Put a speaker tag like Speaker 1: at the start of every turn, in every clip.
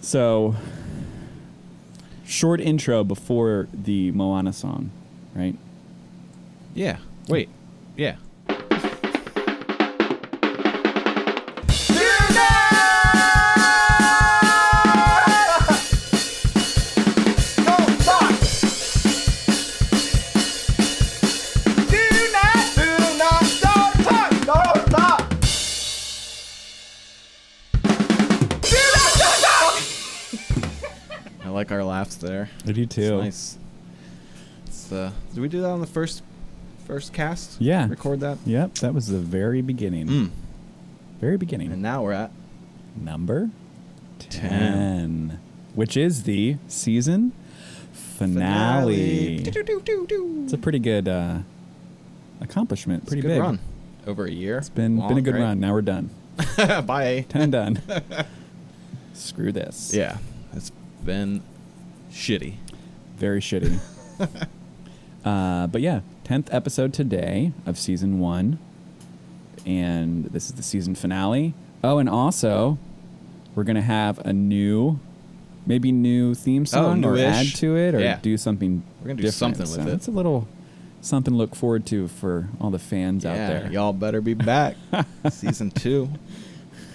Speaker 1: So, short intro before the Moana song, right?
Speaker 2: Yeah. Wait. Yeah. I like our laughs there.
Speaker 1: I do
Speaker 2: It's nice. It's uh, did we do that on the first first cast?
Speaker 1: Yeah.
Speaker 2: Record that.
Speaker 1: Yep, that was the very beginning.
Speaker 2: Mm.
Speaker 1: Very beginning.
Speaker 2: And now we're at
Speaker 1: number 10, which is the season finale.
Speaker 2: It's
Speaker 1: It's a pretty good uh, accomplishment. Pretty
Speaker 2: good
Speaker 1: big.
Speaker 2: run. Over a year.
Speaker 1: It's been been a good run. Now we're done.
Speaker 2: run. Bye.
Speaker 1: Ten and done. Screw this.
Speaker 2: Yeah. It's been shitty.
Speaker 1: Very shitty. uh, but yeah, tenth episode today of season one, and this is the season finale. Oh, and also, we're gonna have a new, maybe new theme song or
Speaker 2: Oh, newish.
Speaker 1: add to it or
Speaker 2: Yeah.
Speaker 1: do something.
Speaker 2: We're gonna do
Speaker 1: different.
Speaker 2: something with
Speaker 1: So
Speaker 2: it.
Speaker 1: It's a little something to look forward to for all the fans out
Speaker 2: yeah,
Speaker 1: there.
Speaker 2: Y'all better be back. Season two.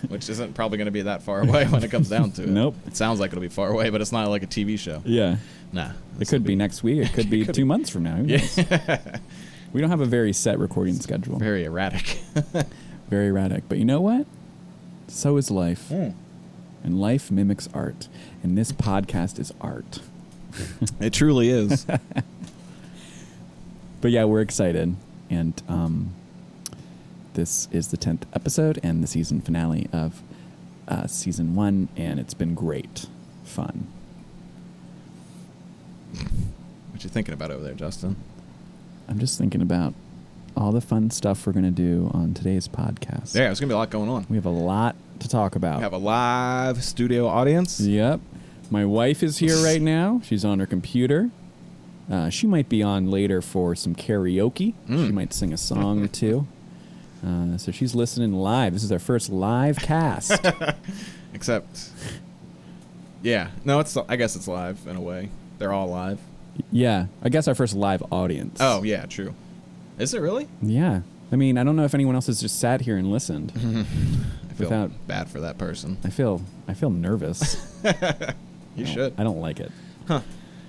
Speaker 2: Which isn't probably going to be that far away when it comes down to it.
Speaker 1: Nope.
Speaker 2: It sounds like it'll be far away, but it's not like a TV show.
Speaker 1: Yeah.
Speaker 2: Nah.
Speaker 1: It could be next week. It could be two months from now. Who knows? we don't have a very set recording schedule. Very,
Speaker 2: Very erratic.
Speaker 1: erratic. But you know what? So is life. And life mimics art. And this podcast is art.
Speaker 2: It truly is.
Speaker 1: But yeah, we're excited. And um, this is the 10th episode and the season finale of uh, season one. And it's been great fun.
Speaker 2: what you thinking about over there, Justin?
Speaker 1: I'm just thinking about all the fun stuff we're going to do on today's podcast.
Speaker 2: Yeah, there's gonna be a lot going on.
Speaker 1: We have a lot to talk about.
Speaker 2: We have a live studio audience.
Speaker 1: Yep. My wife is here right now. She's on her computer. Uh, she might be on later for some karaoke.
Speaker 2: Hmm.
Speaker 1: She might sing a song or two. Uh, so she's listening live. This is our first live cast.
Speaker 2: Except, yeah, no, it's I guess it's live in a way. They're all live.
Speaker 1: yeah, I guess our first live audience.
Speaker 2: Oh yeah, true. Is it really?
Speaker 1: yeah. I mean, I don't know if anyone else has just sat here and listened.
Speaker 2: Mm-hmm. I feel
Speaker 1: Without-
Speaker 2: bad for that person.
Speaker 1: I feel, I feel nervous.
Speaker 2: You
Speaker 1: I don't-
Speaker 2: should.
Speaker 1: I don't like it.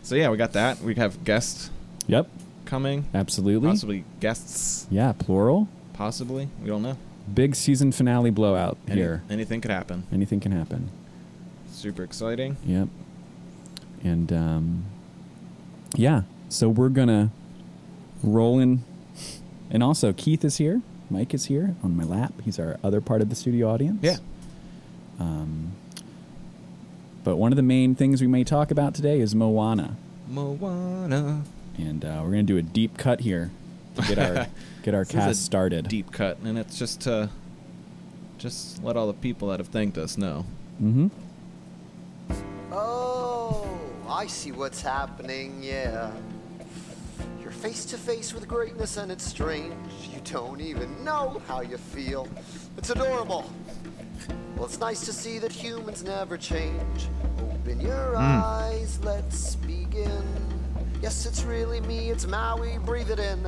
Speaker 2: So yeah, we got that. We have guests
Speaker 1: Yep,
Speaker 2: coming,
Speaker 1: absolutely.
Speaker 2: possibly guests,
Speaker 1: Yeah, plural.
Speaker 2: possibly. We don't know.
Speaker 1: Big season finale blowout
Speaker 2: Any-
Speaker 1: here.
Speaker 2: anything could happen.
Speaker 1: Anything can happen.
Speaker 2: Super exciting.
Speaker 1: Yep. And um, yeah, so we're gonna roll in, and also Keith is here. Mike is here on my lap. He's our other part of the studio audience.
Speaker 2: Yeah.
Speaker 1: But one of the main things we may talk about today is Moana,
Speaker 2: Moana.
Speaker 1: and uh, we're gonna do a deep cut here to get our get our
Speaker 2: This is a
Speaker 1: cast started.
Speaker 2: Deep cut, and it's just to just let all the people that have thanked us know.
Speaker 1: Mm-hmm.
Speaker 3: Oh, I see what's happening, yeah. You're face to face with greatness and it's strange. You don't even know how you feel. It's adorable. Well, it's nice to see that humans never change. Open your eyes, let's begin. Yes, it's really me, it's Maui, breathe it in.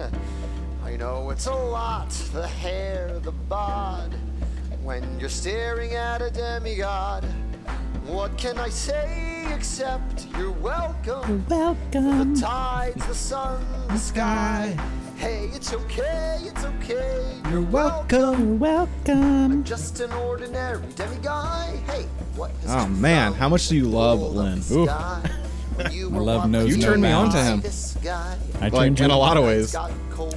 Speaker 3: I know it's a lot the hair, the bod. When you're staring at a demigod, what can I say except you're welcome?
Speaker 1: Welcome.
Speaker 3: The tides, the sun, the sky. Hey, it's okay, it's okay. You're welcome.
Speaker 1: Welcome.
Speaker 3: Just an ordinary demi guy. Hey, what has
Speaker 2: Oh,
Speaker 3: come
Speaker 2: man,
Speaker 3: from
Speaker 2: how much do you love
Speaker 3: all of
Speaker 2: Lynn?
Speaker 3: this
Speaker 2: Ooh.
Speaker 3: guy? When You were
Speaker 1: love
Speaker 3: walking
Speaker 1: knows
Speaker 2: You
Speaker 3: the
Speaker 2: no turned me on to
Speaker 3: streets,
Speaker 2: him.
Speaker 3: This guy
Speaker 1: I
Speaker 2: Like
Speaker 1: turned
Speaker 2: in a
Speaker 1: you-
Speaker 2: lot of ways.
Speaker 3: got cold.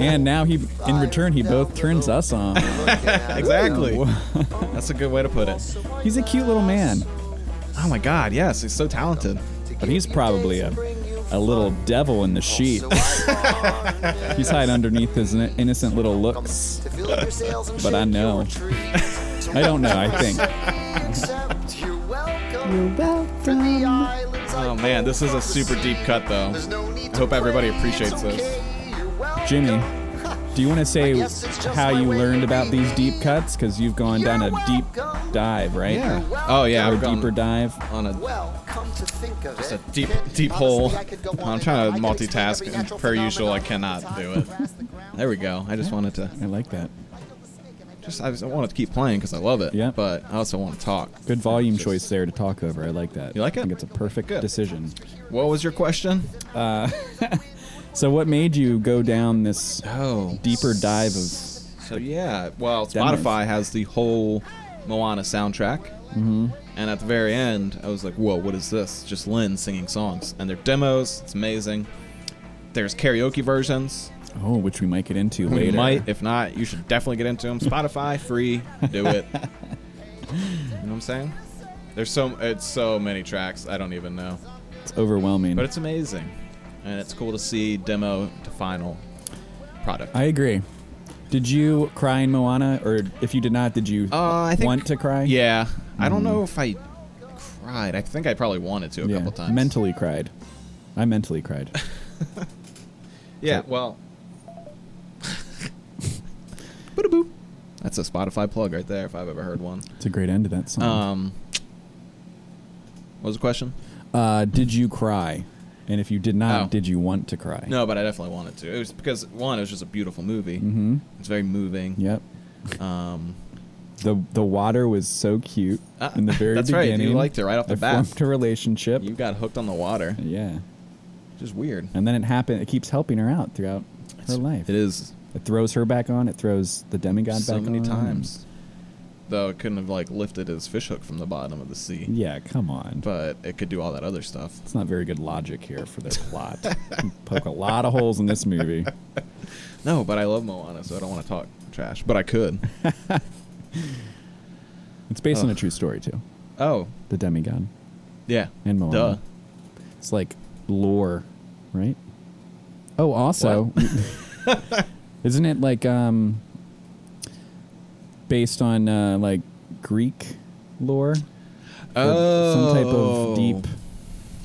Speaker 1: And now he, in return, he both turns us on.
Speaker 2: Exactly. That's a good way to put it.
Speaker 1: He's a cute little man.
Speaker 2: Oh my god, yes, he's so talented.
Speaker 1: But he's probably a, a little devil in the sheet.
Speaker 2: Oh,
Speaker 1: He's hiding underneath his in- innocent little looks. But
Speaker 3: but
Speaker 1: I know. I don't know, I think. Um,
Speaker 2: Oh man, this is a super deep cut though.
Speaker 3: There's no need
Speaker 2: I hope
Speaker 3: to
Speaker 2: everybody
Speaker 3: pray,
Speaker 2: appreciates
Speaker 3: it's
Speaker 2: this.
Speaker 3: okay, you're welcome.
Speaker 1: Jimmy, Do you want to say
Speaker 3: I guess it's just
Speaker 1: how
Speaker 3: my
Speaker 1: you
Speaker 3: way,
Speaker 1: learned about these deep
Speaker 3: baby.
Speaker 1: cuts? Because you've gone down a
Speaker 3: You're
Speaker 1: deep
Speaker 3: welcome.
Speaker 1: dive, right?
Speaker 2: Yeah.
Speaker 3: You're
Speaker 2: Oh yeah,
Speaker 1: Or a
Speaker 2: I've
Speaker 3: welcome.
Speaker 2: gone
Speaker 1: deeper dive.
Speaker 2: on a
Speaker 3: Well, come to think of
Speaker 2: Just
Speaker 3: it,
Speaker 2: a deep-
Speaker 3: kid,
Speaker 2: deep
Speaker 3: honestly,
Speaker 2: hole.
Speaker 3: I could go on
Speaker 2: I'm
Speaker 3: and
Speaker 2: trying
Speaker 3: on.
Speaker 2: to
Speaker 3: I could explain
Speaker 2: multitask,
Speaker 3: every
Speaker 2: and
Speaker 3: natural
Speaker 2: per usual, I
Speaker 3: phenomenon
Speaker 2: cannot
Speaker 3: from the
Speaker 2: do
Speaker 3: time
Speaker 2: it.
Speaker 3: you grasp the ground
Speaker 2: There we go. I just wanted to
Speaker 1: I like that.
Speaker 2: just I, just, I wanted to keep playing because I love it.
Speaker 1: Yeah.
Speaker 2: But I also want to talk.
Speaker 1: Good volume choice there to talk over. I like that.
Speaker 2: You like
Speaker 1: I think
Speaker 2: it?
Speaker 1: it's a perfect
Speaker 2: Good.
Speaker 1: decision.
Speaker 2: What was your question?
Speaker 1: So, what made you go down this
Speaker 2: Oh,
Speaker 1: deeper dive of
Speaker 2: So yeah, well,
Speaker 1: Demos.
Speaker 2: Spotify has the whole Moana soundtrack, and at the very end, I was like, "Whoa, what is this? Just Lynn singing songs, and they're demos. It's amazing. There's karaoke versions.
Speaker 1: oh, which we might get into
Speaker 2: We
Speaker 1: later?
Speaker 2: might, if not, you should definitely get into them. Spotify free, do it. you know what I'm saying? There's so it's so many tracks. I don't even know,
Speaker 1: It's overwhelming.
Speaker 2: but it's amazing, and it's cool to see demo to final product.
Speaker 1: I agree. Did you cry in Moana, or if you did not, did you
Speaker 2: Uh, I think,
Speaker 1: want to cry? Mm.
Speaker 2: Yeah, I don't know if I cried. I think I probably wanted to a
Speaker 1: Yeah.
Speaker 2: couple times.
Speaker 1: Mentally cried. I mentally cried.
Speaker 2: Yeah. Well. Boop. That's a Spotify plug right there, if I've ever heard one.
Speaker 1: It's a great end to that song.
Speaker 2: Um. What was the question?
Speaker 1: uh, did you cry? And if you did not,
Speaker 2: Oh.
Speaker 1: did you want to cry?
Speaker 2: No, but I definitely wanted to. It was because one, it was just a beautiful movie.
Speaker 1: Mm-hmm.
Speaker 2: It's very moving.
Speaker 1: Yep.
Speaker 2: Um.
Speaker 1: The the water was so cute
Speaker 2: Ah,
Speaker 1: in the very
Speaker 2: that's right. You
Speaker 1: beginning.
Speaker 2: liked it right off the
Speaker 1: I
Speaker 2: bat.
Speaker 1: formed a relationship.
Speaker 2: You got hooked on the water.
Speaker 1: yeah.
Speaker 2: Just weird.
Speaker 1: And then it happened. It keeps helping her out throughout her life.
Speaker 2: It is
Speaker 1: It throws her back on. It throws the demigod
Speaker 2: so
Speaker 1: back
Speaker 2: many
Speaker 1: on.
Speaker 2: times. Though it couldn't have like lifted his fishhook from the bottom of the sea.
Speaker 1: Yeah, come on.
Speaker 2: but it could do all that other stuff.
Speaker 1: It's not very good logic here for the plot. You poke a lot of holes in this movie.
Speaker 2: No, but I love Moana, so I don't want to talk trash. But I could.
Speaker 1: It's based on a
Speaker 2: Ugh.
Speaker 1: true story too.
Speaker 2: oh,
Speaker 1: The demigod
Speaker 2: yeah.
Speaker 1: and Moana.
Speaker 2: Duh.
Speaker 1: It's like lore, right? Oh, also, isn't it like um, based on uh, like Greek lore? Or some type of deep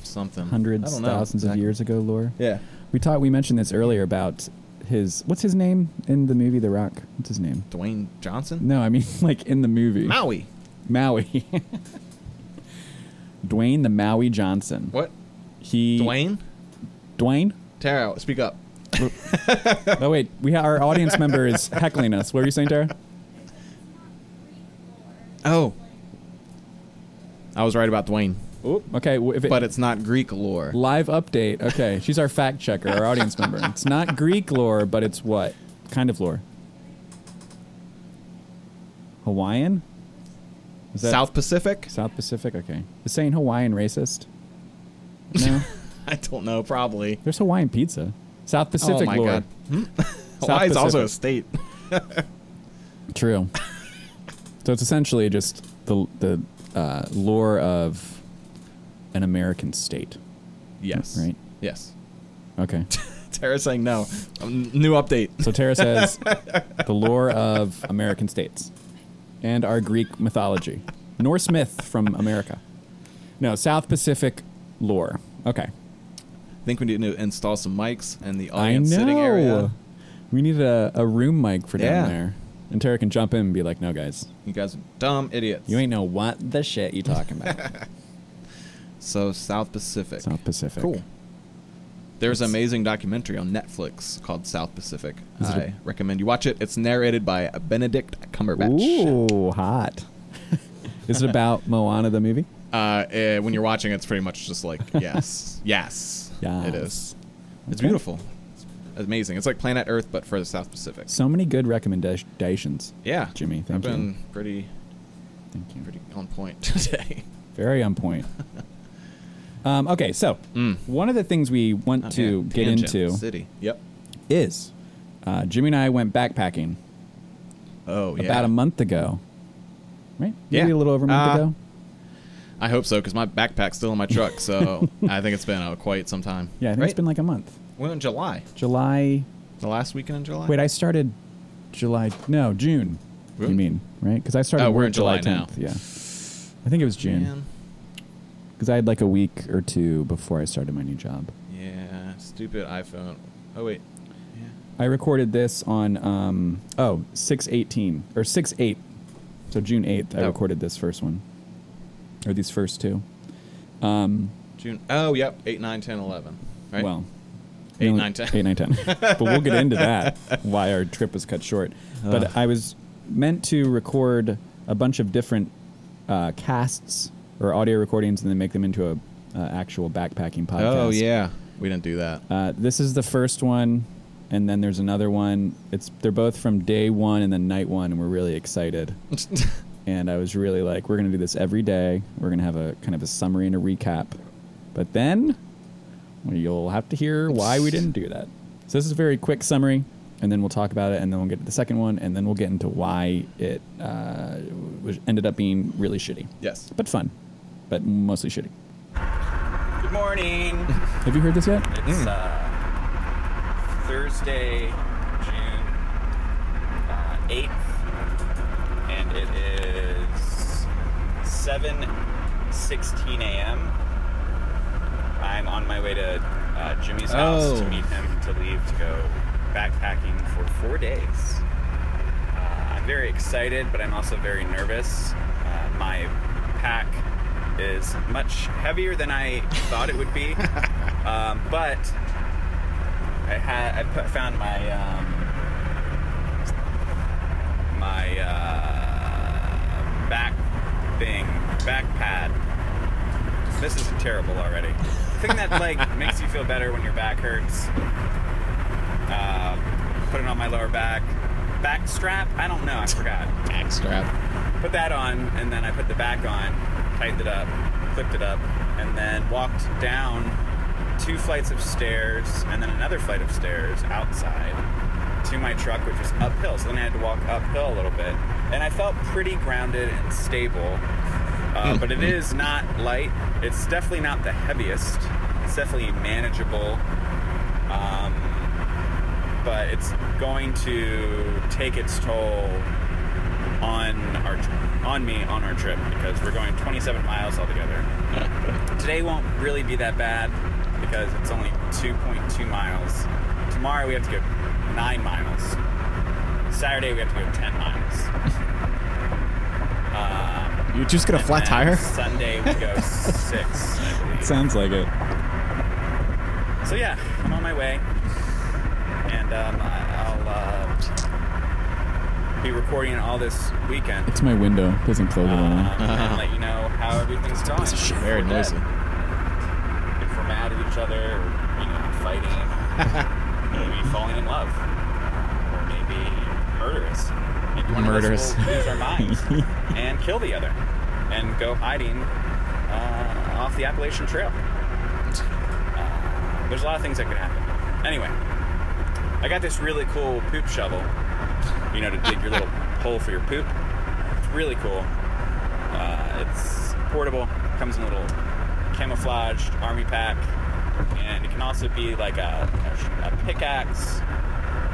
Speaker 2: something. Oh. I
Speaker 1: hundreds,
Speaker 2: don't know
Speaker 1: thousands of
Speaker 2: exactly.
Speaker 1: years ago lore.
Speaker 2: Yeah.
Speaker 1: We taught. We mentioned this earlier about his. What's his name in the movie The Rock? What's his name?
Speaker 2: Dwayne Johnson.
Speaker 1: No, I mean like in the movie
Speaker 2: Maui.
Speaker 1: Maui. Dwayne the Maui Johnson.
Speaker 2: What?
Speaker 1: He
Speaker 2: Dwayne.
Speaker 1: Dwayne.
Speaker 2: Tara, speak up.
Speaker 1: Oh wait, we ha- our audience member is heckling us. What were you saying, Tara?
Speaker 2: Oh. I was right about Dwayne,
Speaker 1: Oop. Okay, w- if it,
Speaker 2: but it's not Greek lore.
Speaker 1: live update. Okay, she's our fact checker, our audience member. It's not Greek lore, but it's what kind of lore? Hawaiian. Is
Speaker 2: South Pacific?
Speaker 1: South Pacific? Okay. Is saying Hawaiian racist? No.
Speaker 2: I don't know. Probably.
Speaker 1: There's Hawaiian pizza. South Pacific
Speaker 2: oh my
Speaker 1: lore.
Speaker 2: god. Hmm? Hawaii's also a
Speaker 1: Pacific.
Speaker 2: state.
Speaker 1: True. so it's essentially just the the uh, lore of an American state.
Speaker 2: Yes.
Speaker 1: Right.
Speaker 2: Yes.
Speaker 1: Okay.
Speaker 2: Tara's saying no. Um, new update.
Speaker 1: So Tara says the lore of American states and our Greek mythology. Norse myth from America. No, South Pacific lore. Okay.
Speaker 2: think we need to install some mics in the
Speaker 1: I know.
Speaker 2: audience sitting area.
Speaker 1: We need a, a room mic for
Speaker 2: Yeah.
Speaker 1: down there. And Tara can jump in and be like, no, guys,
Speaker 2: You guys are dumb idiots.
Speaker 1: you ain't know what the shit you talking about.
Speaker 2: so South Pacific.
Speaker 1: South Pacific.
Speaker 2: Cool. There's an amazing documentary on Netflix called South Pacific.
Speaker 1: Is it
Speaker 2: I
Speaker 1: a-
Speaker 2: recommend you watch it. It's narrated by Benedict Cumberbatch.
Speaker 1: Ooh, hot. Is it about Moana the movie?
Speaker 2: Uh, eh, when you're watching, it's pretty much just like yes, yes,
Speaker 1: Yes.
Speaker 2: it is. It's
Speaker 1: Okay.
Speaker 2: beautiful. It's amazing. It's like Planet Earth, but for the South Pacific.
Speaker 1: So many good recommendations.
Speaker 2: Yeah,
Speaker 1: Jimmy,
Speaker 2: I've
Speaker 1: thank you.
Speaker 2: been pretty,
Speaker 1: Thank you.
Speaker 2: pretty on point today.
Speaker 1: Very on point. um, okay, so one of the things we want to
Speaker 2: Yeah,
Speaker 1: get
Speaker 2: Mm. tangent,
Speaker 1: into
Speaker 2: city. Yep.
Speaker 1: is uh, Jimmy and I went backpacking
Speaker 2: Oh yeah.
Speaker 1: about a month ago, right? Maybe
Speaker 2: Yeah.
Speaker 1: a little over a month
Speaker 2: Uh,
Speaker 1: ago.
Speaker 2: I hope so, because my backpack's still in my truck, so I think it's been uh, quite some time.
Speaker 1: Yeah, I think it's been like a month.
Speaker 2: We're in July.
Speaker 1: July.
Speaker 2: The last weekend in July?
Speaker 1: Wait, I started July. No, June.
Speaker 2: Really?
Speaker 1: You mean right? Because I started.
Speaker 2: Oh, we're
Speaker 1: work
Speaker 2: in July now.
Speaker 1: 10th, Yeah, I think it was June
Speaker 2: Man.
Speaker 1: because I had like a week or two before I started my new job.
Speaker 2: Yeah, stupid iPhone. Oh, wait. Yeah.
Speaker 1: I recorded this on um oh 618 or 68. So June 8th I
Speaker 2: Oh.
Speaker 1: recorded this first one. Or these first two.
Speaker 2: June. Oh, yep. 8, 9, 10, 11. Right?
Speaker 1: Well,
Speaker 2: 8,
Speaker 1: No,
Speaker 2: 9, 10.
Speaker 1: 8, 9, 10. but we'll get into that, why our trip was cut short. But I was meant to record a bunch of different uh, casts or audio recordings and then make them into a uh, actual backpacking podcast.
Speaker 2: Oh, yeah. We didn't do that.
Speaker 1: Uh, this is the first one, and then there's another one. It's They're both from day one and then night one, and we're really excited. and I was really like, we're going to do this every day. We're going to have a kind of a summary and a recap. But then well, you'll have to hear why we didn't do that. So this is a very quick summary, and then we'll talk about it, and then we'll get to the second one, and then we'll get into why it uh, was- ended up being really shitty,
Speaker 2: yes.
Speaker 1: but fun, but mostly shitty.
Speaker 4: Good morning.
Speaker 1: Have you heard this yet?
Speaker 4: It's uh, Thursday, June uh, 8th, and it is 7.16 a.m. I'm on my way to uh, Jimmy's house
Speaker 2: Oh.
Speaker 4: to meet him to leave to go backpacking for four days. Uh, I'm very excited, but I'm also very nervous. Uh, my pack is much heavier than I thought it would be, um, but I had I put, found my um, my uh, back thing back pad. This is terrible already. The thing that like makes you feel better when your back hurts uh, put it on my lower back. Back strap? I don't know. I forgot.
Speaker 2: Back strap.
Speaker 4: Put that on, and then I put the back on, tightened it up, clipped it up, and then walked down two flights of stairs and then another flight of stairs outside to my truck, which was uphill. So then I had to walk uphill a little bit, and I felt pretty grounded and stable. Uh, but it is not light. It's definitely not the heaviest. It's definitely manageable. Um, but it's going to take its toll on our on me on our trip because we're going 27 miles altogether. Today won't really be that bad because it's only 2.2 miles. Tomorrow we have to go 9 miles. Saturday we have to go 10 miles. Um,
Speaker 2: You just get a
Speaker 4: and
Speaker 2: flat
Speaker 4: then
Speaker 2: tire?
Speaker 4: Sunday we go 6, I believe.
Speaker 1: Sounds like it.
Speaker 4: So yeah, I'm on my way, and um, I- I'll uh, be recording all this weekend.
Speaker 1: It's my window. Doesn't close it
Speaker 4: Um,
Speaker 1: on.
Speaker 2: Uh-huh.
Speaker 4: and let you know how everything's going. If
Speaker 2: Very
Speaker 4: we're
Speaker 2: noisy.
Speaker 4: dead, If we're mad at each other, or, you know, fighting, or maybe falling in love, or maybe murderous. Maybe one
Speaker 2: Murderous.
Speaker 4: of us will lose our minds and kill the other, and go hiding uh, off the Appalachian Trail. Uh, there's a lot of things that could happen. Anyway, I got this really cool poop shovel, you know, to dig your little hole for your poop. It's really cool. Uh, it's portable, comes in a little camouflaged army pack, and it can also be like a, a pickaxe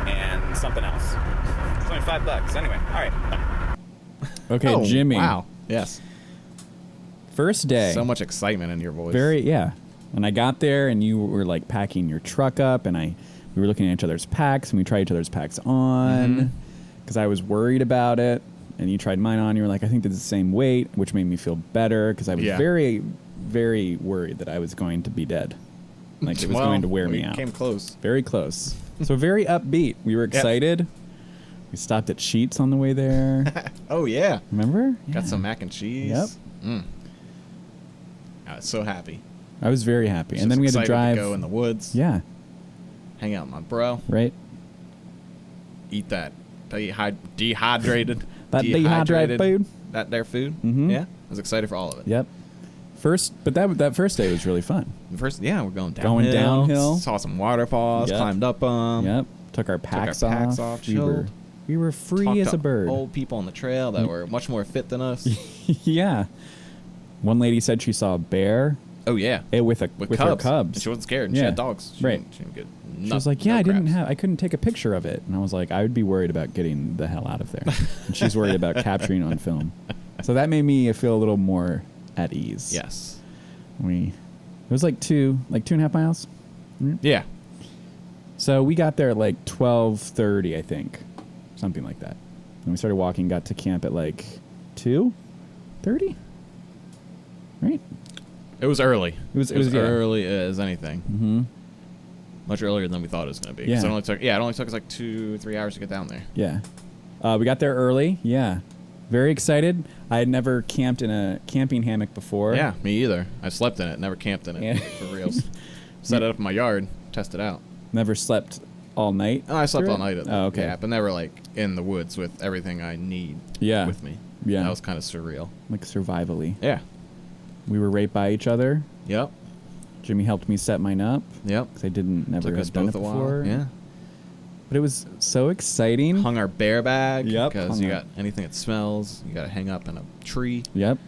Speaker 4: and something else. It's only five bucks. Anyway, all right.
Speaker 1: Okay,
Speaker 2: Oh,
Speaker 1: Jimmy.
Speaker 2: Wow. Yes.
Speaker 1: First day.
Speaker 2: So much excitement in your voice.
Speaker 1: Very yeah. And I got there, and you were like packing your truck up, and I we were looking at each other's packs, and we tried each other's packs
Speaker 2: Mm-hmm.
Speaker 1: on because I was worried about it, and you tried mine on. You were like, I think they're the same weight, which made me feel better because I was
Speaker 2: Yeah.
Speaker 1: very, very worried that I was going to be dead, like it was
Speaker 2: Well,
Speaker 1: going to wear
Speaker 2: we
Speaker 1: me out.
Speaker 2: came close.
Speaker 1: very close. so very upbeat. We were excited. We stopped at Sheets on the way there.
Speaker 2: Oh, yeah.
Speaker 1: Remember? Yeah.
Speaker 2: Got some mac and cheese.
Speaker 1: Yep.
Speaker 2: Mm. I was so happy.
Speaker 1: I was very happy,
Speaker 2: Just
Speaker 1: and then we had to
Speaker 2: excited
Speaker 1: drive.
Speaker 2: go in the woods.
Speaker 1: yeah.
Speaker 2: Hang out with my bro.
Speaker 1: Right.
Speaker 2: Eat that. Dehy- dehydrated.
Speaker 1: That dehydrated food.
Speaker 2: That there food.
Speaker 1: Mhm.
Speaker 2: Yeah. I was excited for all of it.
Speaker 1: Yep. First, but that that first day was really fun.
Speaker 2: The First, yeah, we're going downhill.
Speaker 1: Going downhill.
Speaker 2: Saw some waterfalls.
Speaker 1: Yep.
Speaker 2: Climbed up them.
Speaker 1: yep. Took our packs off.
Speaker 2: Um, packs off,
Speaker 1: we, were,
Speaker 2: chilled.
Speaker 1: we were free
Speaker 2: talked
Speaker 1: as
Speaker 2: to
Speaker 1: a bird. Mm.
Speaker 2: Old people on the trail that were much more fit than us.
Speaker 1: yeah. One lady said she saw a bear
Speaker 2: oh yeah,
Speaker 1: eh, with a
Speaker 2: with,
Speaker 1: with her
Speaker 2: cubs.
Speaker 1: cubs.
Speaker 2: She wasn't scared. And She
Speaker 1: Yeah.
Speaker 2: had dogs. She
Speaker 1: Right.
Speaker 2: didn't- She, didn't get
Speaker 1: She
Speaker 2: no-
Speaker 1: was like, "Yeah,
Speaker 2: no
Speaker 1: I didn't
Speaker 2: craps."
Speaker 1: have, I couldn't take a picture of it," and I was like, "I would be worried about getting the hell out of there." and she's worried about capturing on film, so that made me feel a little more at ease.
Speaker 2: Yes.
Speaker 1: we it was like two, like two and a half miles.
Speaker 2: Yeah.
Speaker 1: So we got there at like 12:30, I think, something like that. And we started walking, got to camp at like 2:30, right?
Speaker 2: It was early.
Speaker 1: It was- it was, yeah.
Speaker 2: early as anything. Mm-hmm. Much earlier than we thought it was going to be. 'Cause
Speaker 1: Yeah.
Speaker 2: It only took, yeah, it only took us like two, three hours to get down there.
Speaker 1: Yeah. Uh, we got there early. Yeah. Very excited. I had never camped in a camping hammock before.
Speaker 2: Yeah, me either. I slept in it, never camped in it
Speaker 1: Yeah.
Speaker 2: for reals. Set it up in my yard, test it out.
Speaker 1: Never slept all night.
Speaker 2: And I slept
Speaker 1: through
Speaker 2: all
Speaker 1: it?
Speaker 2: night at the
Speaker 1: Oh, okay.
Speaker 2: yeah, but never like in the woods with everything I need
Speaker 1: Yeah.
Speaker 2: with me.
Speaker 1: Yeah.
Speaker 2: That was kind of surreal.
Speaker 1: Like survivally.
Speaker 2: Yeah.
Speaker 1: We were right by each other.
Speaker 2: Yep.
Speaker 1: Jimmy helped me set mine up
Speaker 2: Yep.
Speaker 1: because I didn't never
Speaker 2: Took
Speaker 1: have
Speaker 2: us
Speaker 1: done
Speaker 2: both
Speaker 1: it
Speaker 2: a while.
Speaker 1: before.
Speaker 2: Yeah.
Speaker 1: But it was so exciting.
Speaker 2: Hung our bear bag.
Speaker 1: Yep.
Speaker 2: Because
Speaker 1: Hung
Speaker 2: you
Speaker 1: our-
Speaker 2: got anything that smells, you got to hang up in a tree,
Speaker 1: yep.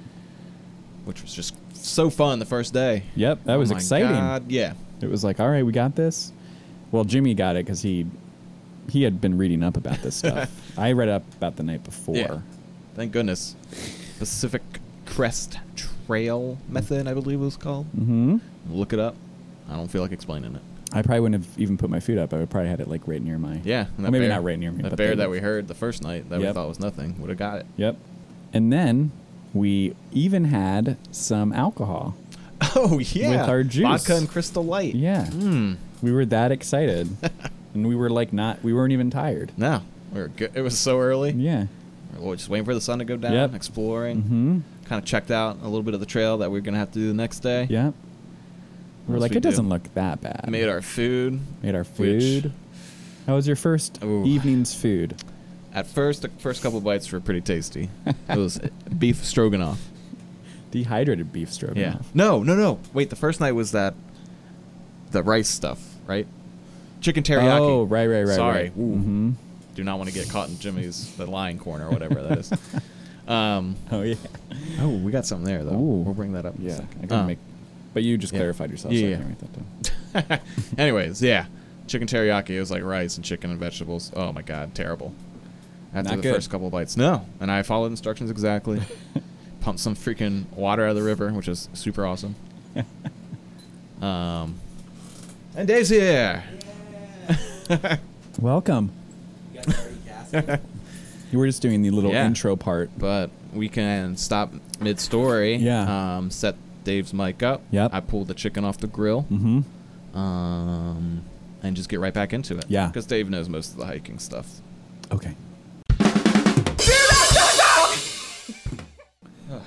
Speaker 2: which was just so fun the first day.
Speaker 1: Yep. That
Speaker 2: Oh
Speaker 1: was
Speaker 2: my
Speaker 1: exciting.
Speaker 2: God, Yeah.
Speaker 1: It was like, all right, we got this. Well, Jimmy got it because he he had been reading up about this stuff. I read up about the night before.
Speaker 2: Yeah. Thank goodness. Pacific Crest Trail Method, I believe it was called.
Speaker 1: hmm
Speaker 2: Look it up. I don't feel like explaining it.
Speaker 1: I probably wouldn't have even put my food up. I would probably had it like right near my.
Speaker 2: Yeah.
Speaker 1: Or
Speaker 2: that
Speaker 1: maybe
Speaker 2: bear-
Speaker 1: not right near me.
Speaker 2: That
Speaker 1: but
Speaker 2: bear
Speaker 1: they-
Speaker 2: that we heard the first night that
Speaker 1: Yep.
Speaker 2: we thought was nothing would have got it.
Speaker 1: Yep. And then we even had some alcohol.
Speaker 2: Oh, yeah.
Speaker 1: With our juice.
Speaker 2: Vodka and Crystal Light.
Speaker 1: Yeah.
Speaker 2: Mm.
Speaker 1: We were that excited, and we were like not. We weren't even tired.
Speaker 2: No. We were good. It was so early.
Speaker 1: Yeah.
Speaker 2: We were just waiting for the sun to go down,
Speaker 1: Yep.
Speaker 2: exploring.
Speaker 1: Hmm.
Speaker 2: Kind of checked out a little bit of the trail that we were going to have to do the next day.
Speaker 1: Yep. We
Speaker 2: What
Speaker 1: were
Speaker 2: else
Speaker 1: like,
Speaker 2: we
Speaker 1: it
Speaker 2: do?
Speaker 1: doesn't look that bad.
Speaker 2: Made our food.
Speaker 1: Made our
Speaker 2: which-
Speaker 1: food. How was your first
Speaker 2: Ooh.
Speaker 1: evening's food?
Speaker 2: At first, the first couple bites were pretty tasty. it was beef stroganoff.
Speaker 1: Dehydrated beef
Speaker 2: Yeah.
Speaker 1: stroganoff.
Speaker 2: No, no, no. Wait, the first night was that the rice stuff, right? Chicken teriyaki.
Speaker 1: Oh, right, right, right.
Speaker 2: Sorry.
Speaker 1: Right. Mm-hmm.
Speaker 2: Ooh. Do not want to get caught in Jimmy's the lion corner or whatever that is. Um,
Speaker 1: Oh yeah.
Speaker 2: oh, we got something there though.
Speaker 1: Ooh.
Speaker 2: We'll bring that up. in a
Speaker 1: Yeah.
Speaker 2: second.
Speaker 1: I gotta
Speaker 2: Um,
Speaker 1: make. But you just
Speaker 2: yeah.
Speaker 1: clarified yourself. so
Speaker 2: Yeah,
Speaker 1: I
Speaker 2: yeah.
Speaker 1: can write that down.
Speaker 2: Anyways, yeah, chicken teriyaki. It was like rice and chicken and vegetables. Oh my god, terrible. After
Speaker 1: Not
Speaker 2: the
Speaker 1: good.
Speaker 2: first couple bites, no. And I followed instructions exactly. Pumped some freaking water out of the river, which is super awesome. um, and Dave's here.
Speaker 1: Welcome. You were just doing the little
Speaker 2: Yeah.
Speaker 1: intro part.
Speaker 2: But we can stop mid-story.
Speaker 1: Yeah.
Speaker 2: Um, set Dave's mic up.
Speaker 1: Yep.
Speaker 2: I pulled the chicken off the grill.
Speaker 1: Mm-hmm.
Speaker 2: Um, and just get right back into it.
Speaker 1: Yeah.
Speaker 2: Because Dave knows most of the hiking stuff.
Speaker 1: Okay.
Speaker 2: right.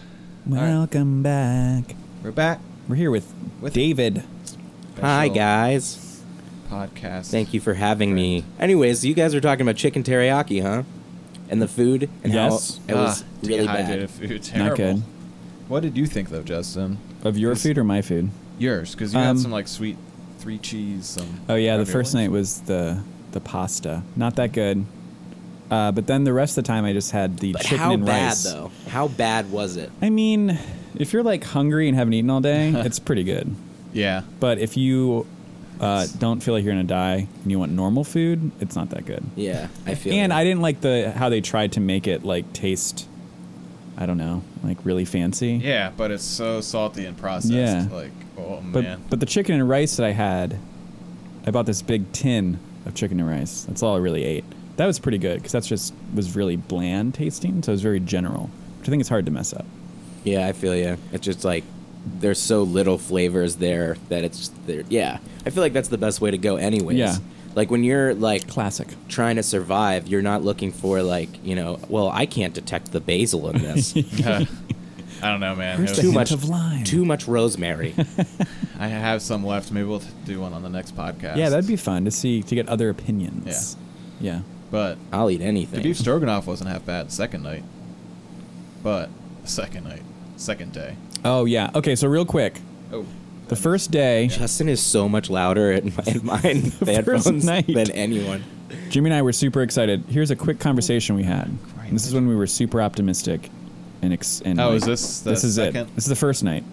Speaker 1: Welcome back.
Speaker 2: We're back.
Speaker 1: We're here with,
Speaker 2: With-
Speaker 1: David.
Speaker 5: Hi
Speaker 2: Special
Speaker 5: guys.
Speaker 2: Podcast.
Speaker 5: Thank you for having me. Anyways, you guys were talking about chicken teriyaki, huh? And the food and
Speaker 1: Yes.
Speaker 5: how it was
Speaker 2: Ah,
Speaker 5: really
Speaker 2: dehydrated
Speaker 5: bad.
Speaker 2: food. Terrible.
Speaker 1: Not good.
Speaker 2: What did you think though, Justin?
Speaker 1: Of your food or my food?
Speaker 2: Yours, because you
Speaker 1: Um,
Speaker 2: had some like sweet three cheese. Some
Speaker 1: Oh yeah, the first
Speaker 2: raviolis.
Speaker 1: night was the the pasta. Not that good. Uh, but then the rest of the time, I just had the
Speaker 5: But
Speaker 1: chicken
Speaker 5: how
Speaker 1: and
Speaker 5: bad
Speaker 1: rice.
Speaker 5: though? How bad was it?
Speaker 1: I mean, if you're like hungry and haven't eaten all day, it's pretty good.
Speaker 2: Yeah,
Speaker 1: But if you uh, don't feel like you're gonna die and you want normal food, it's not that good.
Speaker 5: Yeah, I feel.
Speaker 1: And
Speaker 5: you.
Speaker 1: I didn't like the how they tried to make it like taste. I don't know, like really fancy.
Speaker 2: yeah, but it's so salty and processed.
Speaker 1: Yeah.
Speaker 2: Like, oh
Speaker 1: But
Speaker 2: man.
Speaker 1: but the chicken and rice that I had, I bought this big tin of chicken and rice. That's all I really ate. That was pretty good because that's just was really bland tasting, so it was very general, which I think it's hard to mess up.
Speaker 5: yeah, I feel you. It's just like there's so little flavors there that it's there. Yeah, I feel like that's the best way to go, anyways.
Speaker 1: Yeah.
Speaker 5: Like when you're like
Speaker 1: Classic.
Speaker 5: trying to survive, you're not looking for like you know. Well, I can't detect the basil in this.
Speaker 2: I don't know, man.
Speaker 1: Where's
Speaker 2: It
Speaker 1: the
Speaker 5: too
Speaker 1: hint
Speaker 2: was-
Speaker 5: much
Speaker 1: of lime?
Speaker 5: Too much rosemary.
Speaker 2: I have some left. Maybe we'll do one on the next podcast.
Speaker 1: Yeah, that'd be fun to see to get other opinions. Yeah.
Speaker 2: But
Speaker 5: I'll eat
Speaker 2: the
Speaker 5: anything.
Speaker 2: beef stroganoff wasn't half bad. Second night, but second night, second day.
Speaker 1: Oh yeah. Okay, so real quick,
Speaker 2: Oh,
Speaker 1: the first day,
Speaker 5: Justin is so much louder in my, in my headphones
Speaker 1: night.
Speaker 5: than anyone.
Speaker 1: Jimmy and I were super excited. Here's a quick conversation we had. And This is when we were super optimistic, and ex- and
Speaker 2: Oh,
Speaker 1: like,
Speaker 2: is this the
Speaker 1: this is
Speaker 2: second?
Speaker 1: it. This is the first night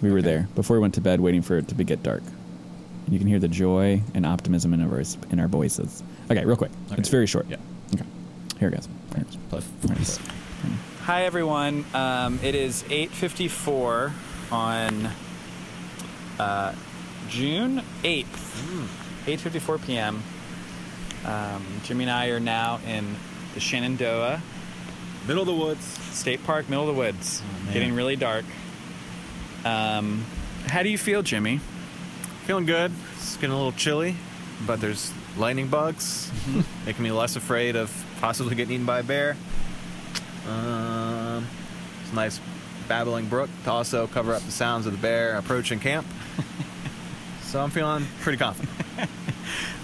Speaker 1: we were there before we went to bed, waiting for it to be, get dark. You can hear the joy and optimism in our voice, in our voices. Okay, real quick. It's
Speaker 2: Okay.
Speaker 1: very short.
Speaker 2: Yeah.
Speaker 1: Okay. Here it goes. Here it goes.
Speaker 2: plus.
Speaker 4: Hi everyone. Um, it is 8:54 on uh, June 8th,
Speaker 2: Hmm.
Speaker 4: 8:54 p.m. Um, Jimmy and I are now in the Shenandoah
Speaker 2: Middle of the woods.
Speaker 4: State Park, middle of the woods, getting really dark. Um, how do you feel, Jimmy?
Speaker 6: Feeling good. It's getting a little chilly, but there's lightning bugs, making me less afraid of possibly getting eaten by a bear. Um, it's a nice babbling brook to also cover up the sounds of the bear approaching camp. so I'm feeling pretty confident.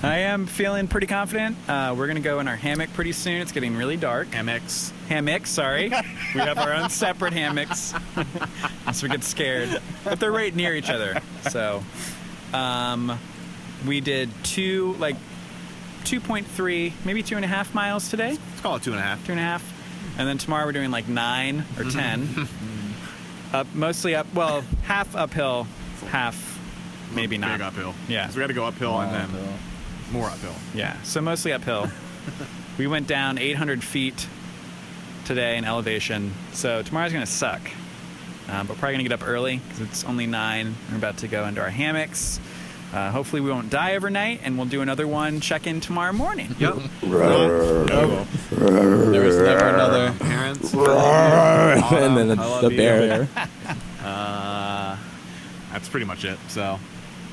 Speaker 4: I am feeling pretty confident. Uh, we're gonna go in our hammock pretty soon. It's getting really dark.
Speaker 6: Amex.
Speaker 4: Hammocks, sorry. we have our own separate hammocks. Unless we get scared. But they're right near each other. So um, we did two, like 2.3, maybe two and a half miles today.
Speaker 6: Let's call it two and a half.
Speaker 4: Two and a half. And then tomorrow we're doing like nine or
Speaker 2: Mm-hmm.
Speaker 4: 10. up, mostly up, well, half uphill, half maybe not.
Speaker 6: Big uphill.
Speaker 4: Yeah.
Speaker 6: 'Cause we got to go uphill and then more uphill.
Speaker 4: Yeah, so mostly uphill. we went down 800 feet today in elevation, so tomorrow's gonna suck. Um, but probably gonna get up early because it's only nine. We're about to go into our hammocks. Uh, hopefully we won't die overnight, and we'll do another one check in tomorrow morning.
Speaker 6: Yep. no.
Speaker 2: There was never another.
Speaker 6: Parents.
Speaker 5: and then the,
Speaker 6: I love
Speaker 5: the
Speaker 6: you.
Speaker 5: bear.
Speaker 6: Uh, that's pretty much it. So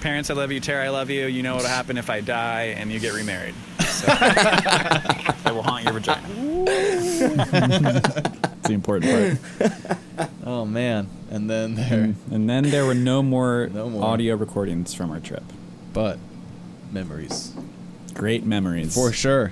Speaker 4: Parents, I love you. Tara, I love you. You know what'll happen if I die and you get remarried. So, I will haunt your vagina.
Speaker 1: It's the important
Speaker 2: Oh man. And then there,
Speaker 1: part. and then there were no more,
Speaker 2: No more.
Speaker 1: audio recordings from our trip.
Speaker 2: but memories
Speaker 1: Great memories.
Speaker 2: for sure.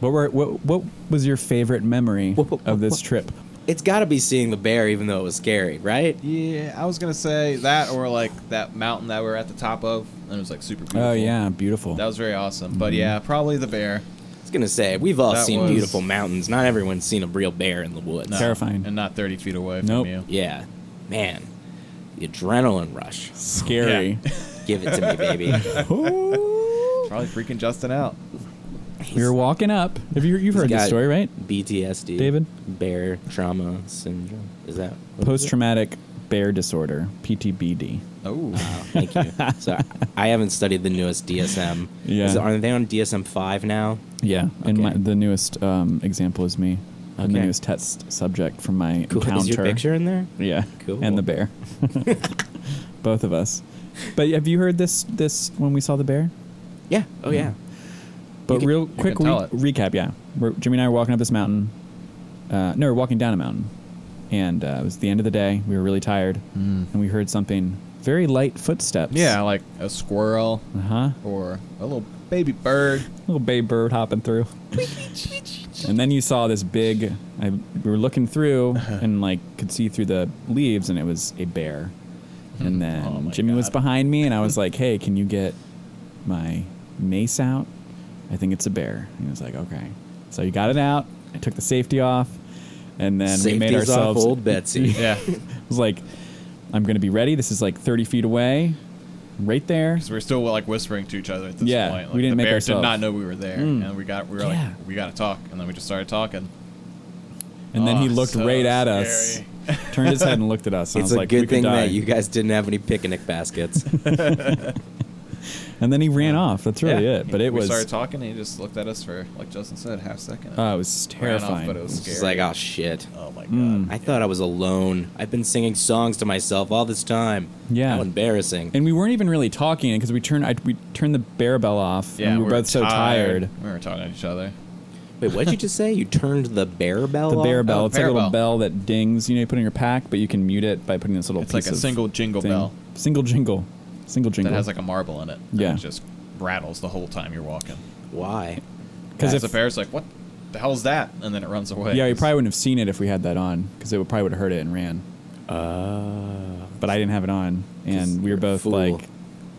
Speaker 1: What were what what was your favorite memory of this trip?
Speaker 5: It's got to be seeing the bear, even though it was scary, right?
Speaker 2: Yeah, I was gonna say that or like that mountain that we were at the top of, and it was like super beautiful.
Speaker 1: Oh yeah, Mm-hmm. beautiful.
Speaker 2: that was very awesome. But yeah, probably the bear.
Speaker 5: I was gonna say we've all
Speaker 2: That
Speaker 5: seen
Speaker 2: was-
Speaker 5: beautiful mountains. Not everyone's seen a real bear in the woods.
Speaker 1: Terrifying.
Speaker 2: and not 30 feet away
Speaker 1: Nope.
Speaker 2: from you.
Speaker 5: Yeah, man, the adrenaline rush.
Speaker 1: Scary.
Speaker 5: Give it to me, baby.
Speaker 1: Ooh.
Speaker 2: Probably freaking Justin out.
Speaker 1: we were walking up. Have you you've heard
Speaker 5: He's
Speaker 1: this
Speaker 5: got
Speaker 1: story, right?
Speaker 5: BTSD.
Speaker 1: David?
Speaker 5: Bear trauma syndrome. Is that what is
Speaker 1: Post
Speaker 5: it?
Speaker 1: traumatic bear disorder, PTBD.
Speaker 2: Oh,
Speaker 5: Thank you. So I haven't studied the newest DSM.
Speaker 1: Yeah.
Speaker 5: Is- are they on DSM five now?
Speaker 1: Yeah, and my,
Speaker 5: Okay.
Speaker 1: the newest um, example is me. And the
Speaker 5: Okay.
Speaker 1: newest test subject from my
Speaker 5: Cool.
Speaker 1: encounter.
Speaker 5: Is your picture in there?
Speaker 1: Yeah.
Speaker 5: Cool.
Speaker 1: And the bear. Both of us. But have you heard this this when we saw the bear?
Speaker 5: Yeah. Oh yeah.
Speaker 1: But
Speaker 5: can-
Speaker 1: real
Speaker 2: can
Speaker 1: quick
Speaker 2: tell
Speaker 1: re- recap, yeah. We're, Jimmy and I were walking up this mountain. Uh, no, we're walking down a mountain, and uh, it was the end of the day. We were really tired,
Speaker 5: Hmm.
Speaker 1: and we heard something very light footsteps.
Speaker 2: yeah, like a squirrel
Speaker 1: Uh huh.
Speaker 2: or a little baby bird.
Speaker 1: Little baby bird hopping through. and then you saw this big. I, we were looking through
Speaker 2: Uh-huh.
Speaker 1: and like could see through the leaves, and it was a bear. And then
Speaker 2: Hmm. Oh my
Speaker 1: Jimmy was
Speaker 2: God.
Speaker 1: behind me, and I was like, "Hey, can you get my mace out? I think it's a bear." And he was like, "Okay." So you got it out. I took the safety off, and then we made
Speaker 5: Safety's off
Speaker 1: ourselves.
Speaker 5: old Betsy.
Speaker 2: Yeah,
Speaker 1: I was like, "I'm gonna be ready. This is like 30 feet away, right there."
Speaker 2: because we're still like whispering to each other at this
Speaker 1: Yeah,
Speaker 2: point. Like,
Speaker 1: we didn't
Speaker 2: the
Speaker 1: make
Speaker 2: bear
Speaker 1: ourselves- Mm.
Speaker 2: did not know we were there, and we got we were
Speaker 1: Yeah.
Speaker 2: like we gotta talk, and then we just started talking.
Speaker 1: And then he
Speaker 2: Oh,
Speaker 1: looked
Speaker 2: so
Speaker 1: right at us, turned his head and looked at us. And I was
Speaker 5: It's a
Speaker 1: like, we
Speaker 5: good
Speaker 1: could
Speaker 5: thing
Speaker 1: die.
Speaker 5: that you guys didn't have any picnic baskets.
Speaker 1: And then he ran off. That's really
Speaker 2: Yeah.
Speaker 1: it. But it
Speaker 2: we
Speaker 1: was.
Speaker 2: started talking, and he just looked at us for like Justin said, half second.
Speaker 1: oh, it was
Speaker 2: Ran off,
Speaker 1: terrifying.
Speaker 2: but it was
Speaker 5: It's
Speaker 2: scary.
Speaker 5: like, oh shit.
Speaker 2: Oh my god.
Speaker 1: Mm.
Speaker 5: I thought I was alone. I've been singing songs to myself all this time.
Speaker 1: Yeah.
Speaker 5: How embarrassing.
Speaker 1: and we weren't even really talking because we turned I, we turned the bear bell off.
Speaker 2: Yeah,
Speaker 1: and we were both so tired.
Speaker 2: We were talking to each other.
Speaker 5: Wait, what did you just say? You turned the bear bell
Speaker 1: The
Speaker 5: off?
Speaker 1: bear bell.
Speaker 2: Oh,
Speaker 1: it's like a little
Speaker 2: bear
Speaker 1: bell that dings. You know, you put in your pack, but you can mute it by putting this little
Speaker 2: It's
Speaker 1: piece
Speaker 2: like a
Speaker 1: of
Speaker 2: single jingle
Speaker 1: thing.
Speaker 2: bell
Speaker 1: Single jingle. Single jingle.
Speaker 2: that has like a marble in it. and
Speaker 1: Yeah.
Speaker 2: it just rattles the whole time you're walking.
Speaker 5: Why?
Speaker 1: because
Speaker 2: Because the bear's like, "What the hell's that?" and then it runs away.
Speaker 1: yeah, we probably wouldn't have seen it if we had that on because it would probably would have heard it and ran.
Speaker 5: Uh,
Speaker 1: But I didn't have it on, and we were both
Speaker 5: fool.
Speaker 1: like,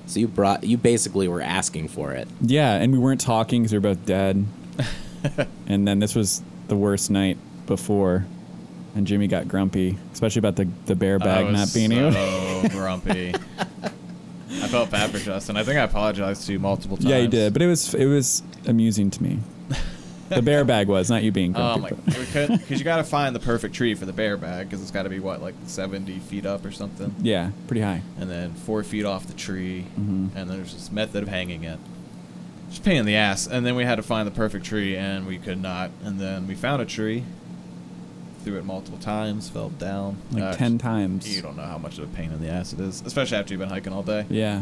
Speaker 5: so you brought you basically were asking for it.
Speaker 1: yeah, and we weren't talking because we were both dead. and then this was the worst night before, and Jimmy got grumpy, especially about the the bear
Speaker 2: I
Speaker 1: bag
Speaker 2: Oh, was
Speaker 1: not being even.
Speaker 2: so grumpy. I felt bad for Justin. I think I apologized to you multiple times.
Speaker 1: Yeah, you did, but it was it was amusing to me. the bear bag was not you being
Speaker 2: Oh
Speaker 1: grumpy.
Speaker 2: my!
Speaker 1: but-
Speaker 2: Because you got to find the perfect tree for the bear bag, because it's got to be what, like seventy feet up or something,
Speaker 1: yeah, pretty high. Mm-hmm.
Speaker 2: and then four feet off the tree, and then there's this method of hanging it. Just pain in the ass. And then we had to find the perfect tree, and we could not. And then we found a tree, threw it multiple times, fell down.
Speaker 1: Like
Speaker 2: Uh,
Speaker 1: 10 times.
Speaker 2: You don't know how much of a pain in the ass it is, especially after you've been hiking all day.
Speaker 1: Yeah.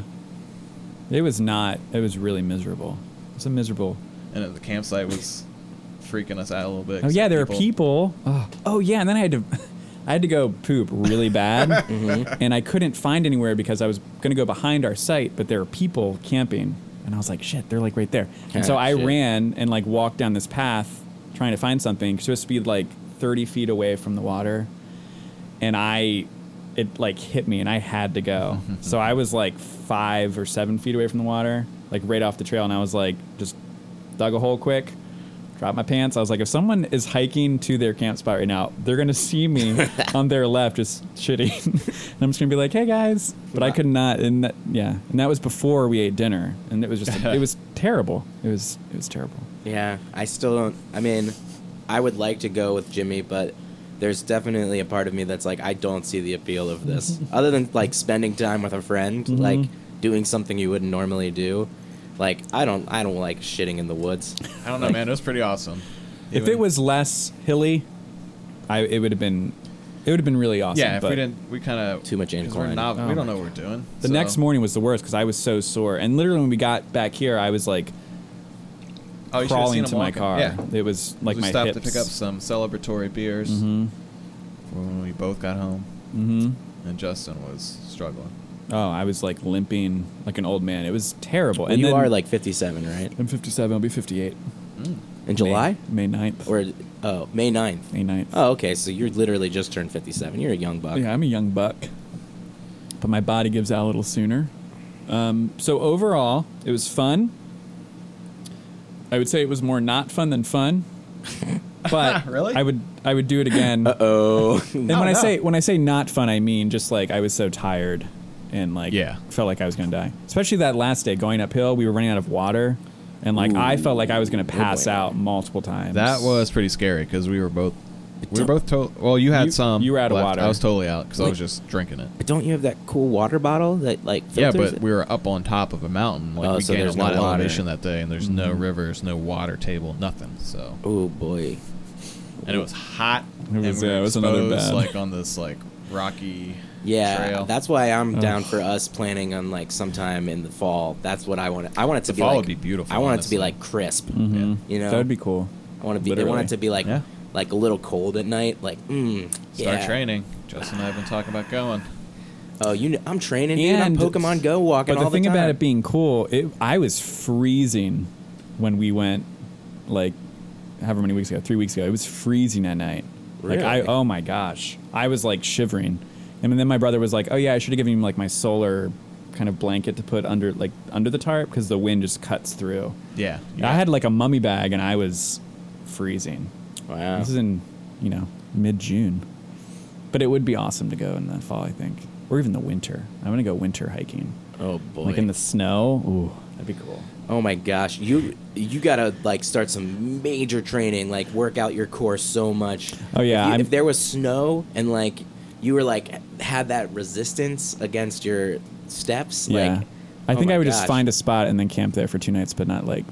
Speaker 1: It was not, it was really miserable. It was a miserable.
Speaker 2: And the campsite was freaking us out a little bit.
Speaker 1: Oh yeah, there are people. Oh, oh, yeah, and then I had to, I had to go poop really bad, and I couldn't find anywhere because I was gonna go behind our site, but there are people camping, and I was like, shit, they're like right there. And so
Speaker 5: Ah,
Speaker 1: I
Speaker 5: shit.
Speaker 1: ran and like walked down this path trying to find something. 'cause It was supposed to be like 30 feet away from the water, and I, it like hit me, and I had to go. so I was like five or seven feet away from the water, like right off the trail, and I was like, just dug a hole quick dropped my pants. I was like, if someone is hiking to their camp spot right now, they're gonna see me on their left just shitting, and I'm just gonna be like, hey guys. But I could not, and that, yeah, and that was before we ate dinner, and it was just, it was terrible. It was, it was terrible.
Speaker 5: Yeah, I still don't. I mean, I would like to go with Jimmy, but there's definitely a part of me that's like, I don't see the appeal of this. Other than like spending time with a friend, like doing something you wouldn't normally do. Like I don't, I don't like shitting in the woods.
Speaker 2: I don't know, man. It was pretty awesome.
Speaker 1: If it
Speaker 2: Even-
Speaker 1: was less hilly, I it would have been, it would have been really awesome.
Speaker 2: yeah, if
Speaker 1: but
Speaker 2: we didn't, we kind of
Speaker 5: Too much
Speaker 2: We're
Speaker 5: incline.
Speaker 2: not,
Speaker 1: Oh
Speaker 2: we
Speaker 1: my
Speaker 2: don't know what we're doing.
Speaker 1: The
Speaker 2: so-
Speaker 1: next morning was the worst because I was so sore, and literally when we got back here, I was like
Speaker 2: oh, you should've seen
Speaker 1: crawling
Speaker 2: him
Speaker 1: to my
Speaker 2: walking.
Speaker 1: car.
Speaker 2: Yeah,
Speaker 1: It was like
Speaker 2: we
Speaker 1: my
Speaker 2: stopped
Speaker 1: hips. Mm-hmm.
Speaker 2: to pick up some celebratory beers for when we both got home,
Speaker 1: hmm
Speaker 2: and Justin was struggling.
Speaker 1: Oh, I was like limping like an old man. It was terrible.
Speaker 5: and you
Speaker 1: then-
Speaker 5: are like 57, right?
Speaker 1: I'm 57. I'll be 58.
Speaker 5: In July
Speaker 1: May, May 9th.
Speaker 5: or oh May 9th.
Speaker 1: May 9th.
Speaker 5: Oh, okay. So you're literally just turned 57. You're a young buck.
Speaker 1: Yeah, I'm a young buck, but my body gives out a little sooner. Um, so overall, it was fun. I would say it was more not fun than fun, but
Speaker 2: Really?
Speaker 1: I would I would do it again. Uh oh. And when I say when I say not fun, I mean just like I was so tired and like
Speaker 2: Yeah.
Speaker 1: felt like I was gonna die. Especially that last day going uphill, we were running out of water, and like I felt like I was gonna pass
Speaker 5: bueno.
Speaker 1: out multiple times.
Speaker 2: That was pretty scary because we were both. We were both to- well. You had
Speaker 1: You-
Speaker 2: some.
Speaker 1: you were out of
Speaker 2: left.
Speaker 1: water.
Speaker 2: I was totally out because I
Speaker 5: Wait.
Speaker 2: was just drinking it.
Speaker 5: But don't you have that cool water bottle that like
Speaker 2: Yeah,
Speaker 5: filters
Speaker 2: but
Speaker 5: it?
Speaker 2: we were up on top of a mountain. Like
Speaker 5: Oh,
Speaker 2: we
Speaker 5: so
Speaker 2: gained
Speaker 5: there's
Speaker 2: a
Speaker 5: no
Speaker 2: lot of
Speaker 5: water.
Speaker 2: elevation that day, and there's no
Speaker 1: Mm-hmm.
Speaker 2: rivers, no water table, nothing. So
Speaker 5: oh boy.
Speaker 2: and it was hot.
Speaker 1: It was-
Speaker 2: and we
Speaker 1: yeah,
Speaker 2: were
Speaker 1: it was another
Speaker 2: exposed,
Speaker 1: bad.
Speaker 2: like on this like rocky.
Speaker 5: Yeah,
Speaker 2: trail.
Speaker 5: that's why I'm down for us planning on like sometime in the fall. That's what I want. I want it to
Speaker 2: The
Speaker 5: be
Speaker 2: fall
Speaker 5: like,
Speaker 2: would be beautiful,
Speaker 5: I want it to be
Speaker 2: honestly.
Speaker 5: like crisp.
Speaker 2: Yeah.
Speaker 5: You know,
Speaker 1: that would Mm-hmm. be cool.
Speaker 5: I want to be. I want
Speaker 1: literally.
Speaker 5: it to be like
Speaker 2: Yeah.
Speaker 5: like a little cold at night. Like, mm,
Speaker 2: Start
Speaker 5: yeah.
Speaker 2: training. Justin and I have been talking about going.
Speaker 5: Oh, you, kn- I'm training. dude. I'm
Speaker 1: And-
Speaker 5: Pokemon Go walking
Speaker 1: But
Speaker 5: all
Speaker 1: the thing
Speaker 5: time.
Speaker 1: about it being cool, it, I was freezing when we went, like, however many weeks ago, three weeks ago. It was freezing at night. Like I,
Speaker 5: Really?
Speaker 1: oh my gosh, I was like shivering, and then my brother was like, "Oh yeah, I should have given him like my solar kind of blanket to put under like under the tarp because the wind just cuts through."
Speaker 2: Yeah.
Speaker 1: I had like a mummy bag and I was freezing.
Speaker 5: wow.
Speaker 1: This is in you know mid June, but it would be awesome to go in the fall, I think, or even the winter. I'm gonna go winter hiking.
Speaker 5: oh boy.
Speaker 1: Like in the snow. Ooh, that'd be cool.
Speaker 5: oh my gosh, you you gotta like start some major training. Like work out your core so much.
Speaker 1: Oh, yeah,
Speaker 5: If, you-
Speaker 1: I'm-
Speaker 5: if there was snow and like you were like had that resistance against your steps.
Speaker 1: yeah.
Speaker 5: Like,
Speaker 1: I
Speaker 5: oh
Speaker 1: think
Speaker 5: my
Speaker 1: I would just
Speaker 5: gosh.
Speaker 1: find a spot and then camp there for two nights, but not like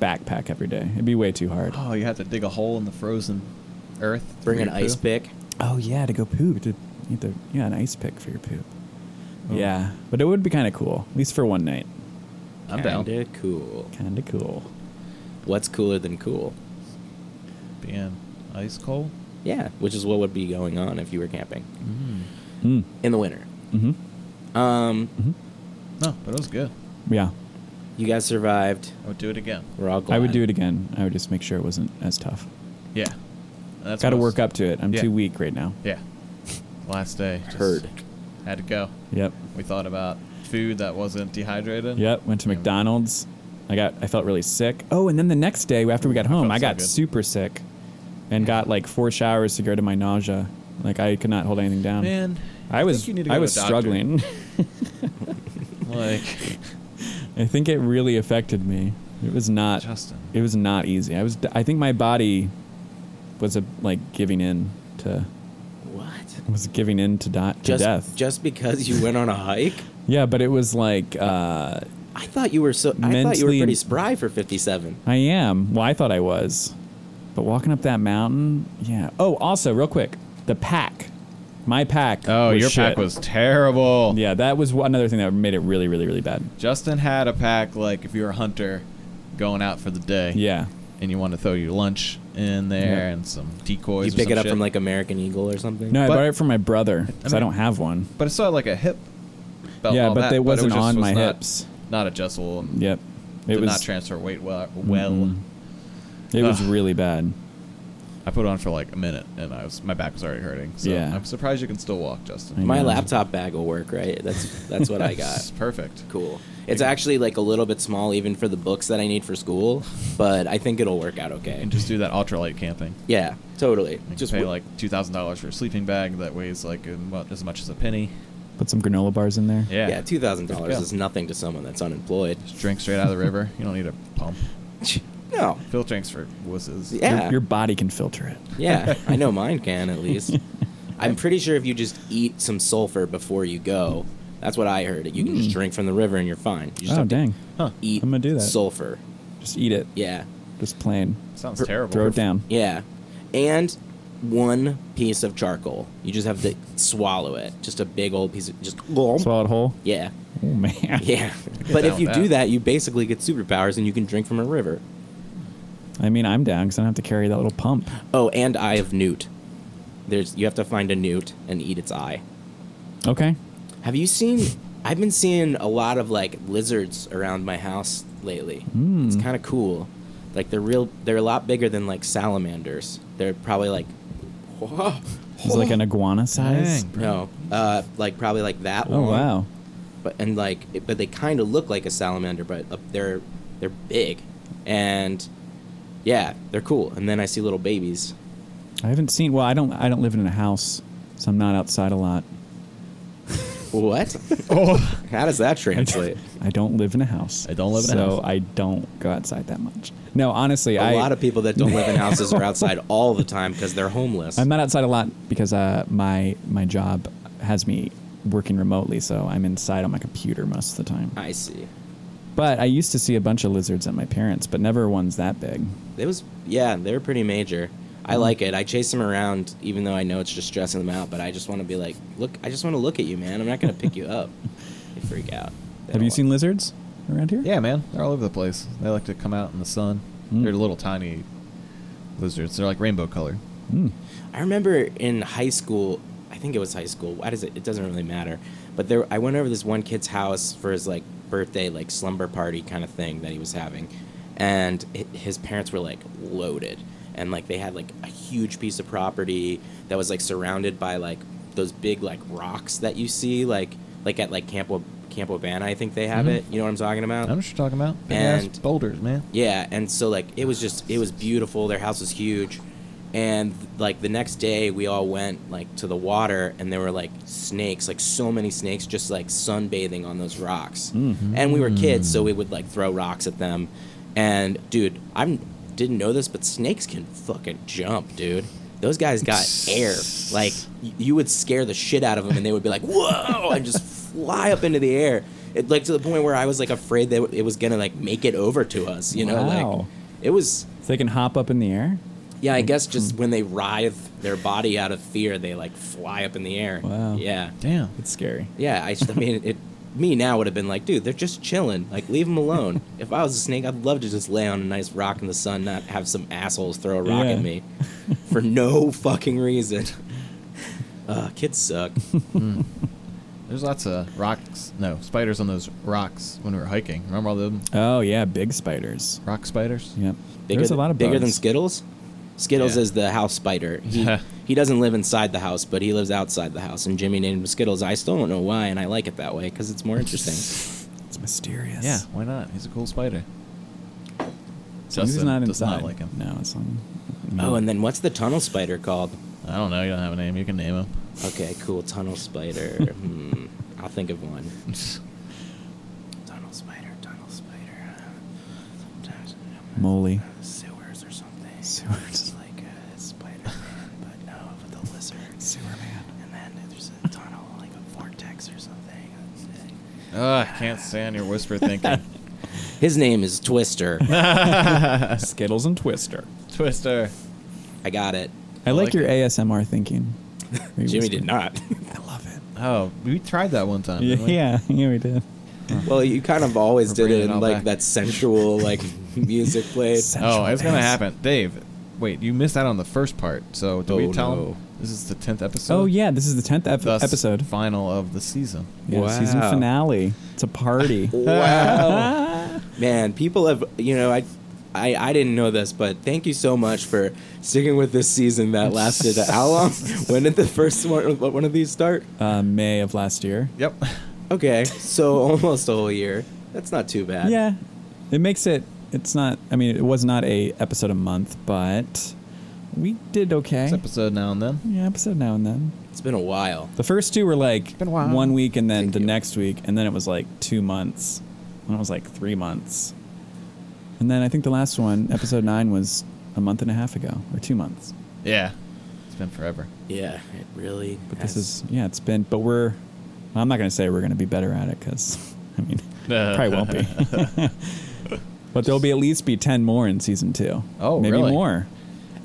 Speaker 1: backpack every day. It'd be way too hard.
Speaker 2: Oh, you had to dig a hole in the frozen earth. to
Speaker 5: Bring
Speaker 2: put
Speaker 5: an
Speaker 2: your
Speaker 5: ice
Speaker 2: poo?
Speaker 5: pick.
Speaker 1: Oh yeah, to go poop. To you have to- yeah, an ice pick for your poop. Yeah, but it would be kind of cool, at least for one night.
Speaker 2: I'm down.
Speaker 5: Kinda cool.
Speaker 1: Kind of cool.
Speaker 5: What's cooler than cool?
Speaker 2: Being um, ice cold.
Speaker 5: Yeah, which is what would be going on if you were camping
Speaker 1: Mm.
Speaker 5: in the winter.
Speaker 1: Mhm.
Speaker 5: Um,
Speaker 1: Mm-hmm.
Speaker 2: No, but it was good.
Speaker 1: Yeah,
Speaker 5: you guys survived.
Speaker 2: I would do it again.
Speaker 5: We're all glad.
Speaker 1: I would do it again. I would just make sure it wasn't as tough.
Speaker 2: Yeah. That's
Speaker 1: Got to
Speaker 2: what I was-
Speaker 1: work up to it. I'm
Speaker 2: Yeah.
Speaker 1: too weak right now.
Speaker 2: Yeah. Last day. just
Speaker 5: Heard.
Speaker 2: Had to go.
Speaker 1: Yep.
Speaker 2: We thought about food that wasn't dehydrated.
Speaker 1: Yep, went to
Speaker 2: Yeah.
Speaker 1: McDonald's. I got I felt really sick. Oh, and then the next day after we got home,
Speaker 2: felt
Speaker 1: I
Speaker 2: so
Speaker 1: got
Speaker 2: good.
Speaker 1: super sick and got like four showers to go to my nausea. Like I could not hold anything down.
Speaker 2: Man,
Speaker 1: I was
Speaker 2: think you need to go
Speaker 1: I
Speaker 2: to
Speaker 1: was
Speaker 2: a doctor.
Speaker 1: struggling.
Speaker 2: Like
Speaker 1: I think it really affected me. It was not
Speaker 2: Justin.
Speaker 1: it was not easy. I was I think my body was a, like giving in to
Speaker 5: What?
Speaker 1: was giving in to, di- to
Speaker 5: Just
Speaker 1: death.
Speaker 5: just because you went on a hike?
Speaker 1: Yeah, but it was like uh,
Speaker 5: I thought you were so. I thought you were
Speaker 1: Mentally-
Speaker 5: pretty spry for 57.
Speaker 1: I am. Well, I thought I was. But walking up that mountain, yeah. Oh, also, real quick, the pack. My pack.
Speaker 2: Oh,
Speaker 1: was
Speaker 2: your pack
Speaker 1: shit.
Speaker 2: was terrible.
Speaker 1: Yeah, that was one- another thing that made it really, really, really bad.
Speaker 2: Justin had a pack like if you were a hunter going out for the day.
Speaker 1: Yeah.
Speaker 2: And you want to throw your lunch in there
Speaker 1: Yeah.
Speaker 2: and some decoys.
Speaker 5: You
Speaker 2: or
Speaker 5: pick
Speaker 2: some
Speaker 5: it up
Speaker 2: shit.
Speaker 5: from like American Eagle or something.
Speaker 1: No, I
Speaker 2: But-
Speaker 1: bought it from my brother because I,
Speaker 2: mean-
Speaker 1: don't have one.
Speaker 2: But it's not like a hip. Belt
Speaker 1: Yeah,
Speaker 2: and all
Speaker 1: but
Speaker 2: that,
Speaker 1: they
Speaker 2: it
Speaker 1: wasn't
Speaker 2: just
Speaker 1: on
Speaker 2: was
Speaker 1: my
Speaker 2: not-
Speaker 1: hips.
Speaker 2: Not adjustable. and
Speaker 1: Yep. It
Speaker 2: did
Speaker 1: was Mm-hmm.
Speaker 2: not transfer weight well. Well,
Speaker 1: it was
Speaker 2: Ugh.
Speaker 1: really bad.
Speaker 2: I put it on for like a minute, and I was my back was already hurting. So
Speaker 1: Yeah.
Speaker 2: I'm surprised you can still walk, Justin.
Speaker 1: I
Speaker 5: My
Speaker 1: know.
Speaker 5: laptop bag will work, right? That's that's what I
Speaker 2: It's
Speaker 5: got.
Speaker 2: perfect.
Speaker 5: Cool. It's actually like a little bit small even for the books that I need for school, but I think it'll work out okay.
Speaker 2: And just do that ultralight camping.
Speaker 5: Yeah, totally.
Speaker 2: You
Speaker 5: Just
Speaker 2: just pay
Speaker 5: w-
Speaker 2: like two thousand dollars for a sleeping bag that weighs like as mu- as much as a penny.
Speaker 1: Put some granola bars in there.
Speaker 2: Yeah.
Speaker 5: yeah, two thousand dollars
Speaker 2: Yeah.
Speaker 5: is nothing to someone that's unemployed.
Speaker 2: Just drink straight out of the river. You don't need a pump.
Speaker 5: No.
Speaker 2: Phil drinks for wusses.
Speaker 5: Yeah.
Speaker 1: Your, your body can filter it.
Speaker 5: Yeah, I know mine can at least. I'm pretty sure if you just eat some sulfur before you go, that's what I heard. You can
Speaker 2: Mm.
Speaker 5: just drink from the river and you're fine. You just
Speaker 1: Oh
Speaker 5: have to
Speaker 1: dang!
Speaker 2: Huh.
Speaker 5: eat
Speaker 1: I'm gonna do that.
Speaker 5: sulfur.
Speaker 1: Just eat it.
Speaker 5: Yeah.
Speaker 1: Just plain.
Speaker 2: Sounds
Speaker 5: Per-
Speaker 2: terrible.
Speaker 1: Throw it down.
Speaker 5: Yeah. And one piece of charcoal. You just have to swallow it. Just a big old piece of just
Speaker 1: Swallow it whole.
Speaker 5: Yeah.
Speaker 1: Oh man.
Speaker 5: Yeah. But
Speaker 2: down
Speaker 5: if
Speaker 2: with
Speaker 5: you do
Speaker 2: that.
Speaker 5: that, you basically get superpowers and you can drink from a river.
Speaker 1: I mean, I'm down because I don't have to carry that little pump.
Speaker 5: Oh, and eye of newt. There's you have to find a newt and eat its eye.
Speaker 1: Okay.
Speaker 5: Have you seen? I've been seeing a lot of like lizards around my house lately.
Speaker 1: Hmm.
Speaker 5: It's kind of cool. Like they're real. They're a lot bigger than like salamanders. They're probably like,
Speaker 1: It's like an iguana size.
Speaker 2: Oh. Dang, bro.
Speaker 5: no, uh, like probably like that
Speaker 1: Oh
Speaker 5: long.
Speaker 1: wow.
Speaker 5: But and like, it- but they kind of look like a salamander, but uh, they're they're big, and yeah, they're cool. And then I see little babies.
Speaker 1: I haven't seen. Well, I don't. I don't live in a house, so I'm not outside a lot.
Speaker 5: What?
Speaker 1: Oh.
Speaker 5: How does that translate?
Speaker 1: I don't live in a house.
Speaker 2: I don't live in a
Speaker 1: so
Speaker 2: house.
Speaker 1: I don't go outside that much. No, honestly,
Speaker 5: A
Speaker 1: I.
Speaker 5: lot of people that don't live in houses are outside all the time because they're homeless.
Speaker 1: I'm not outside a lot because uh, my my job has me working remotely, so I'm inside on my computer most of the time.
Speaker 5: I see.
Speaker 1: But I used to see a bunch of lizards at my parents, but never ones that big.
Speaker 5: It was yeah, they were pretty major.
Speaker 1: Mm-hmm.
Speaker 5: I like it. I chase them around, even though I know it's just stressing them out. But I just want to be like, look, I just want to look at you, man. I'm not gonna pick you up. They freak out.
Speaker 1: Have
Speaker 5: They don't
Speaker 1: you
Speaker 5: like-
Speaker 1: seen lizards around here?
Speaker 2: Yeah, man. They're all over the place. They like to come out in the sun.
Speaker 5: Mm.
Speaker 2: They're little tiny lizards. They're like rainbow color.
Speaker 5: I remember in high school. I think it was high school. Why does it? It doesn't really matter. But there, I went over to this one kid's house for his like birthday, like slumber party kind of thing that he was having, and hi- his parents were like loaded, and like they had like a huge piece of property that was like surrounded by like those big like rocks that you see like like at like Campo Campo Bana, I think they have it. You know what I'm talking about?
Speaker 2: I know what you're talking about. Big ass
Speaker 5: And-
Speaker 2: boulders, man.
Speaker 5: Yeah, and so like it was just it was beautiful. Their house was huge, and like the next day we all went like to the water, and there were like snakes, like so many snakes, just like sunbathing on those rocks. And we were kids, so we would like throw rocks at them. And dude, I didn't know this, but snakes can fucking jump, dude. Those guys got air. Like y- you would scare the shit out of them, and they would be like, "Whoa!" and just fly up into the air. It, like to the point where I was like afraid that it was gonna like make it over to us. You know, like
Speaker 1: Wow. Mm-hmm.
Speaker 5: it was.
Speaker 1: So they can hop up in the air.
Speaker 5: Yeah, I guess just when they writhe their body out of fear, they like fly up in the air.
Speaker 1: Wow.
Speaker 5: Yeah.
Speaker 2: Damn.
Speaker 1: It's scary.
Speaker 5: Yeah. I, just, I mean, it. Me now would have been like, dude, they're just chilling. Like, leave them alone. if I was a snake, I'd love to just lay on a nice rock in the sun, not have some assholes throw a rock
Speaker 1: Yeah.
Speaker 5: at me for no fucking reason. Uh, kids suck.
Speaker 2: There's lots of rocks. No, spiders on those rocks when we were hiking. Remember all the
Speaker 1: Oh yeah, big spiders.
Speaker 2: rock spiders?
Speaker 1: Yep.
Speaker 5: Bigger
Speaker 1: There's a
Speaker 5: th-
Speaker 1: lot of
Speaker 5: bigger than
Speaker 1: bugs.
Speaker 5: Skittles. Skittles
Speaker 2: Yeah.
Speaker 5: is the house spider. He, he doesn't live inside the house, but he lives outside the house. And Jimmy named him Skittles. I still don't know why, and I like it that way because it's more interesting.
Speaker 1: It's mysterious.
Speaker 2: Yeah, why not? He's a cool spider.
Speaker 1: So he's
Speaker 2: Justin
Speaker 1: not
Speaker 2: does
Speaker 1: inside.
Speaker 2: not like him.
Speaker 1: No, it's not.
Speaker 5: oh, and then what's the tunnel spider called?
Speaker 2: I don't know. You don't have a name. You can name him.
Speaker 5: Okay, cool. Tunnel spider. hmm. I'll think of one. Tunnel spider. Tunnel spider. Sometimes
Speaker 1: Moly.
Speaker 5: sewers or something.
Speaker 1: Sewers.
Speaker 5: It's like a spider but no, with a lizard.
Speaker 1: Sewer man.
Speaker 5: and then there's a tunnel, like a vortex or something.
Speaker 2: Ugh, I can't stand your whisper thinking.
Speaker 5: His name is Twister.
Speaker 1: Skittles and Twister.
Speaker 2: Twister.
Speaker 5: I got it.
Speaker 7: I like,
Speaker 2: like
Speaker 7: your ASMR thinking. Where you
Speaker 5: Jimmy
Speaker 7: whisper.
Speaker 5: did not.
Speaker 7: I love it.
Speaker 2: Oh, we tried that one time.
Speaker 7: Yeah,
Speaker 2: didn't we?
Speaker 7: yeah, yeah, we did.
Speaker 5: well, you kind of always
Speaker 2: We're
Speaker 5: did it
Speaker 2: bringing it
Speaker 5: in
Speaker 2: all
Speaker 5: like
Speaker 2: back.
Speaker 5: that sensual like music played.
Speaker 2: Oh, it's gonna
Speaker 7: Sensual
Speaker 2: happen, Dave. Wait, you missed out on the first part. So do
Speaker 5: Oh,
Speaker 2: we tell
Speaker 5: no.
Speaker 2: him this is the tenth episode?
Speaker 1: Oh yeah, this is the tenth ep-
Speaker 2: Thus,
Speaker 1: episode.
Speaker 2: final of the season.
Speaker 1: Yeah, Season
Speaker 5: Wow.
Speaker 1: finale. It's a party.
Speaker 5: Wow. Man, people have you know, I I, I didn't know this, but thank you so much for sticking with this season that lasted how long? When did the first one, one of these start?
Speaker 1: Uh, May of last year.
Speaker 2: Yep.
Speaker 5: Okay, so almost a whole year. That's not too bad.
Speaker 1: Yeah, it makes it. It's not. I mean, it was not a episode a month, but we did okay.
Speaker 2: It's episode now and then.
Speaker 1: yeah, episode now and then.
Speaker 5: It's been a while.
Speaker 1: The first two were like
Speaker 2: been a while.
Speaker 1: one week and then
Speaker 5: Thank
Speaker 1: the
Speaker 5: you.
Speaker 1: next week, and then it was like two months. And it was like three months. And then I think the last one, episode nine, was a month and a half ago or two months.
Speaker 2: Yeah. It's been forever.
Speaker 5: Yeah, it really.
Speaker 1: But this is, yeah, it's been, but we're, I'm not going to say we're going to be better at it because, I mean, probably won't be. but there'll be at least be 10 more in season two.
Speaker 2: Oh,
Speaker 1: Maybe
Speaker 2: really?
Speaker 1: more.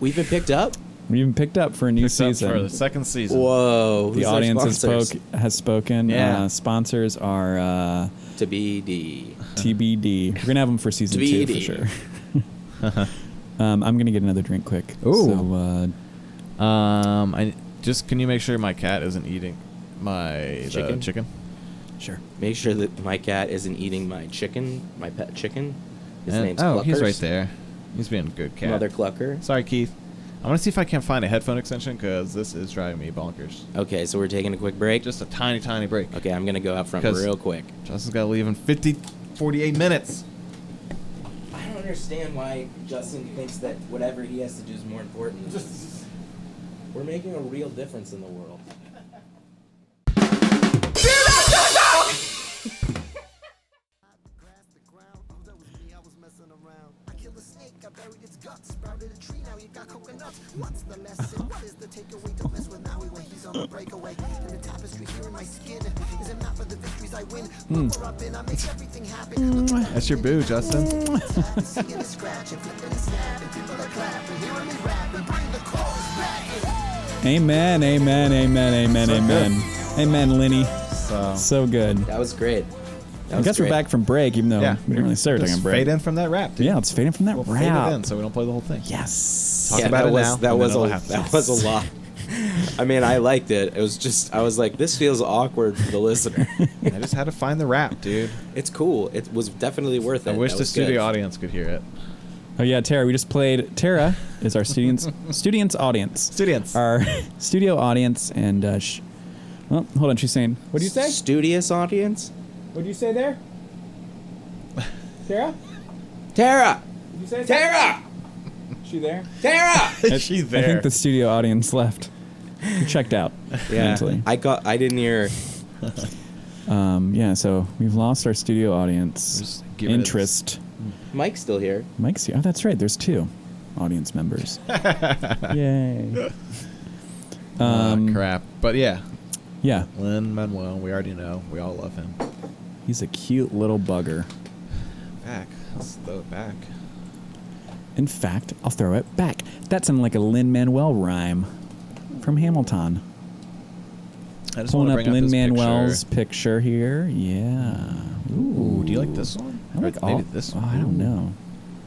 Speaker 5: We've been picked up.
Speaker 1: We even picked up for a new
Speaker 2: Except
Speaker 1: season.
Speaker 2: for the second season.
Speaker 5: Whoa!
Speaker 1: the audience has, spoke, has spoken.
Speaker 2: Yeah.
Speaker 1: Uh, sponsors are uh,
Speaker 5: To be D.
Speaker 1: TBD. We're gonna have them for season two for
Speaker 5: TBD.
Speaker 1: sure. um, I'm gonna get another drink quick.
Speaker 2: Ooh.
Speaker 1: So, uh,
Speaker 2: Um, I just can you make sure my cat isn't eating my the
Speaker 5: Chicken?
Speaker 2: chicken?
Speaker 1: sure.
Speaker 5: Make sure that my cat isn't eating my chicken, my pet chicken. His
Speaker 2: And-
Speaker 5: name's
Speaker 2: oh,
Speaker 5: Cluckers.
Speaker 2: he's right there. He's being a good cat.
Speaker 5: Mother Clucker.
Speaker 2: Sorry, Keith. I'm gonna see if I can find a headphone extension because this is driving me bonkers.
Speaker 5: Okay, so we're taking a quick break.
Speaker 2: Just a tiny, tiny break.
Speaker 5: okay, I'm gonna go out front
Speaker 2: 'Cause-
Speaker 5: real quick.
Speaker 2: Justin's gotta leave in 50, 48 minutes.
Speaker 5: I don't understand why Justin thinks that whatever he has to do is more important. we're making a real difference in the world.
Speaker 3: grasped the ground. Oh, that was me, I was messing around. I killed a snake, I buried its guts, sprouted a tree, now you got coconuts. What's the lesson? What is the takeaway? Don't mess with Maui when he's on the breakaway. And the tapestry here in my skin is it not for the victories I win?
Speaker 8: Hmm.
Speaker 3: Look where I've been, I make everything happen. Look what
Speaker 2: That's your boo, Justin.
Speaker 3: I'm seeing and scratching, flipping and snapping. People are clapping, hearing me rapping, bring the chorus back in.
Speaker 1: Amen. Amen. Amen. Amen. amen. Amen, Lenny.
Speaker 2: So
Speaker 1: So good.
Speaker 5: That was great. That
Speaker 1: I
Speaker 5: was
Speaker 1: guess we're
Speaker 5: great.
Speaker 1: back from break, even though
Speaker 2: yeah,
Speaker 1: we didn't really start
Speaker 2: Just
Speaker 1: taking a break.
Speaker 2: Fade in from that rap. Dude.
Speaker 1: Yeah, let's fade in from that
Speaker 2: we'll
Speaker 1: wrap.
Speaker 2: fade it in so we don't play the whole thing.
Speaker 1: Yes.
Speaker 2: Talk
Speaker 5: yeah,
Speaker 2: about
Speaker 5: that
Speaker 2: it
Speaker 5: was
Speaker 2: now,
Speaker 5: that
Speaker 2: and
Speaker 5: was
Speaker 2: then
Speaker 5: a
Speaker 2: it'll happen.
Speaker 5: that was a lot. I mean, I liked it. It was just I was like, this feels awkward for the listener.
Speaker 2: I just had to find the rap, dude.
Speaker 5: it's cool. It was definitely worth it.
Speaker 2: I wish
Speaker 5: That
Speaker 2: the
Speaker 5: was good.
Speaker 2: studio audience could hear it.
Speaker 1: Oh yeah, Tara. We just played. Tara is our students, students audience,
Speaker 2: Students.
Speaker 1: our studio audience, and uh, sh- oh, hold on. She's saying, "What do you say?
Speaker 5: Studious audience.
Speaker 1: What do you say there, Tara?
Speaker 5: Tara,
Speaker 1: Did you say
Speaker 5: Tara,
Speaker 1: She there?
Speaker 5: Tara.
Speaker 2: Is she
Speaker 1: I
Speaker 2: there?
Speaker 1: think the studio audience left. We checked out mentally.
Speaker 5: I got. I didn't hear.
Speaker 1: Um, yeah, so we've lost our studio audience
Speaker 2: Just give it a-
Speaker 1: interest.
Speaker 5: Mike's still here.
Speaker 1: Mike's here. Oh, that's right. There's two audience members. Yay.
Speaker 2: Ah,
Speaker 1: Um,
Speaker 2: crap. But yeah,
Speaker 1: Yeah,
Speaker 2: Lynn Manuel. We already know. We all love him.
Speaker 1: he's a cute little bugger.
Speaker 2: Back. Let's throw it back.
Speaker 1: In fact, I'll throw it back. That sounded like a Lin Manuel rhyme from Hamilton.
Speaker 2: I just
Speaker 1: Pulling
Speaker 2: wanna
Speaker 1: up
Speaker 2: bring
Speaker 1: Lin
Speaker 2: this picture.
Speaker 1: Manuel's picture. here. Yeah.
Speaker 2: Ooh, do you like this one?
Speaker 1: I like
Speaker 2: Or
Speaker 1: all.
Speaker 2: maybe this
Speaker 1: oh,
Speaker 2: one.
Speaker 1: I don't know.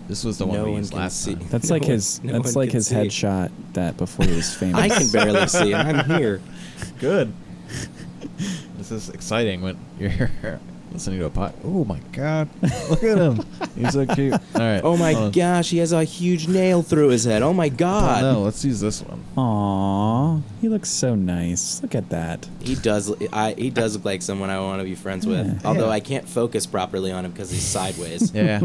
Speaker 2: This was the one
Speaker 5: No
Speaker 2: we
Speaker 5: one
Speaker 2: used
Speaker 5: can
Speaker 2: last
Speaker 5: see.
Speaker 2: time.
Speaker 1: That's
Speaker 5: No
Speaker 1: like
Speaker 5: one-
Speaker 1: his.
Speaker 5: no
Speaker 1: that's
Speaker 5: one
Speaker 1: like
Speaker 5: can
Speaker 1: his
Speaker 5: see.
Speaker 1: headshot that before he was famous.
Speaker 5: I can barely see. and I'm here.
Speaker 2: Good. this is exciting when you're listening to a pot. Oh my god! Look at him. He's so cute. All right.
Speaker 5: Oh my
Speaker 2: hold on.
Speaker 5: gosh, he has a huge nail through his head. Oh my god.
Speaker 2: Oh, no, let's use this one.
Speaker 1: Aw, he looks so nice. Look at that.
Speaker 5: He does. I he does look like someone I want to be friends with.
Speaker 1: Yeah.
Speaker 5: Although
Speaker 2: Yeah.
Speaker 5: I can't focus properly on him because he's sideways.
Speaker 2: Yeah.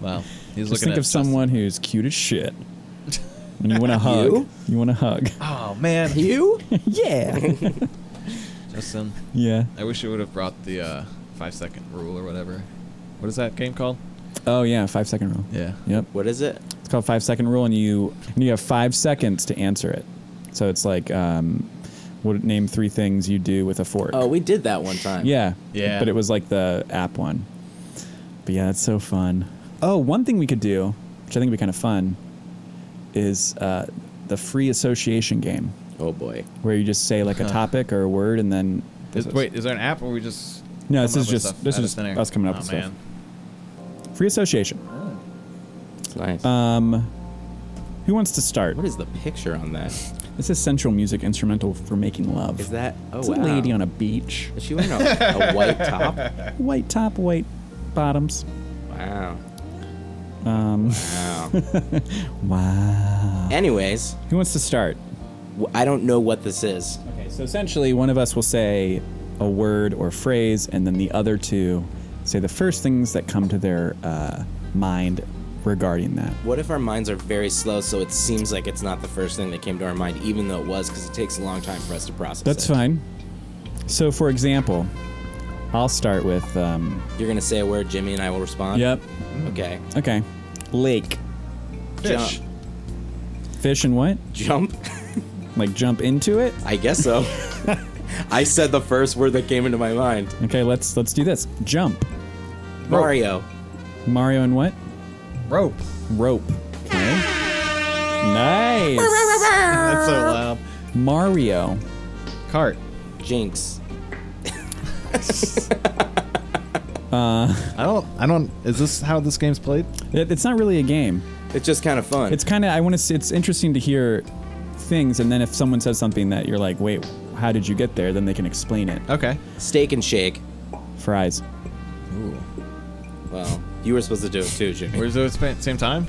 Speaker 2: wow. He's
Speaker 1: Just think
Speaker 2: looking at
Speaker 1: of someone who's cute as shit. And you want to hug.
Speaker 5: You?
Speaker 1: want to hug.
Speaker 2: Justin. Oh man,
Speaker 5: You?
Speaker 1: yeah.
Speaker 2: Justin.
Speaker 1: yeah.
Speaker 2: I wish you would have brought the uh, five second rule or whatever. What is that game called?
Speaker 1: Oh yeah, five second rule.
Speaker 2: Yeah.
Speaker 1: Yep.
Speaker 5: What is it?
Speaker 1: It's called five second rule, and you and you have five seconds to answer it. So it's like um, Would name three things you do with a fork.
Speaker 5: Oh, we did that one time.
Speaker 1: Yeah.
Speaker 2: Yeah.
Speaker 1: But it was like the app one. But yeah, it's so fun. Oh, one thing we could do, which I think would be kind of fun, is uh, the free association game,
Speaker 5: Oh boy.
Speaker 1: where you just say like a topic or a word, and then
Speaker 2: Is, wait, is there an app where we just?
Speaker 1: No, this
Speaker 2: come
Speaker 1: is
Speaker 2: up with
Speaker 1: just-
Speaker 2: stuff
Speaker 1: this is
Speaker 2: out of
Speaker 1: just
Speaker 2: thin air?
Speaker 1: us coming up
Speaker 2: oh,
Speaker 1: with stuff.
Speaker 2: man.
Speaker 1: free association.
Speaker 5: It's nice.
Speaker 1: Uh, Who wants to start?
Speaker 5: what is the picture on that?
Speaker 1: This is central music instrumental for making love.
Speaker 5: Is that oh
Speaker 1: It's
Speaker 5: wow.
Speaker 1: a lady on a beach.
Speaker 5: Is she wearing a, a white top?
Speaker 1: White top, white bottoms.
Speaker 5: Wow.
Speaker 1: Um,
Speaker 5: Wow.
Speaker 1: wow.
Speaker 5: Anyways,
Speaker 1: Who wants to start?
Speaker 5: w- I don't know what this is.
Speaker 1: Okay, so essentially, one of us will say a word or phrase, and then the other two say the first things that come to their uh, mind regarding that.
Speaker 5: What if our minds are very slow, so it seems like it's not the first thing that came to our mind, even though it was, because it takes a long time for us to process.
Speaker 1: That's
Speaker 5: it.
Speaker 1: fine. So, for example, I'll start with. Um,
Speaker 5: You're gonna say a word, Jimmy, and I will respond.
Speaker 1: yep.
Speaker 5: Okay.
Speaker 1: Okay. Lake.
Speaker 2: Fish.
Speaker 1: Fish and what?
Speaker 5: Jump.
Speaker 1: Like jump into it?
Speaker 5: I guess so. I said the first word that came into my mind.
Speaker 1: Okay, let's let's do this. Jump.
Speaker 5: Mario.
Speaker 1: Mario and what?
Speaker 2: Rope.
Speaker 1: Rope. Okay. Nice.
Speaker 2: That's so loud.
Speaker 1: Mario.
Speaker 2: Cart.
Speaker 5: Jinx.
Speaker 2: I don't. I don't. Is this how this game's played?
Speaker 1: It, it's not really a game.
Speaker 5: It's just kind of fun.
Speaker 1: It's kind of I want to. see It's interesting to hear things, and then if someone says something that you're like, "Wait, how did you get there?" Then they can explain it.
Speaker 5: Uh,
Speaker 2: Okay.
Speaker 5: steak and shake.
Speaker 1: Fries.
Speaker 5: Well, you were supposed to do it too, Jimmy.
Speaker 2: Where's those at the same time?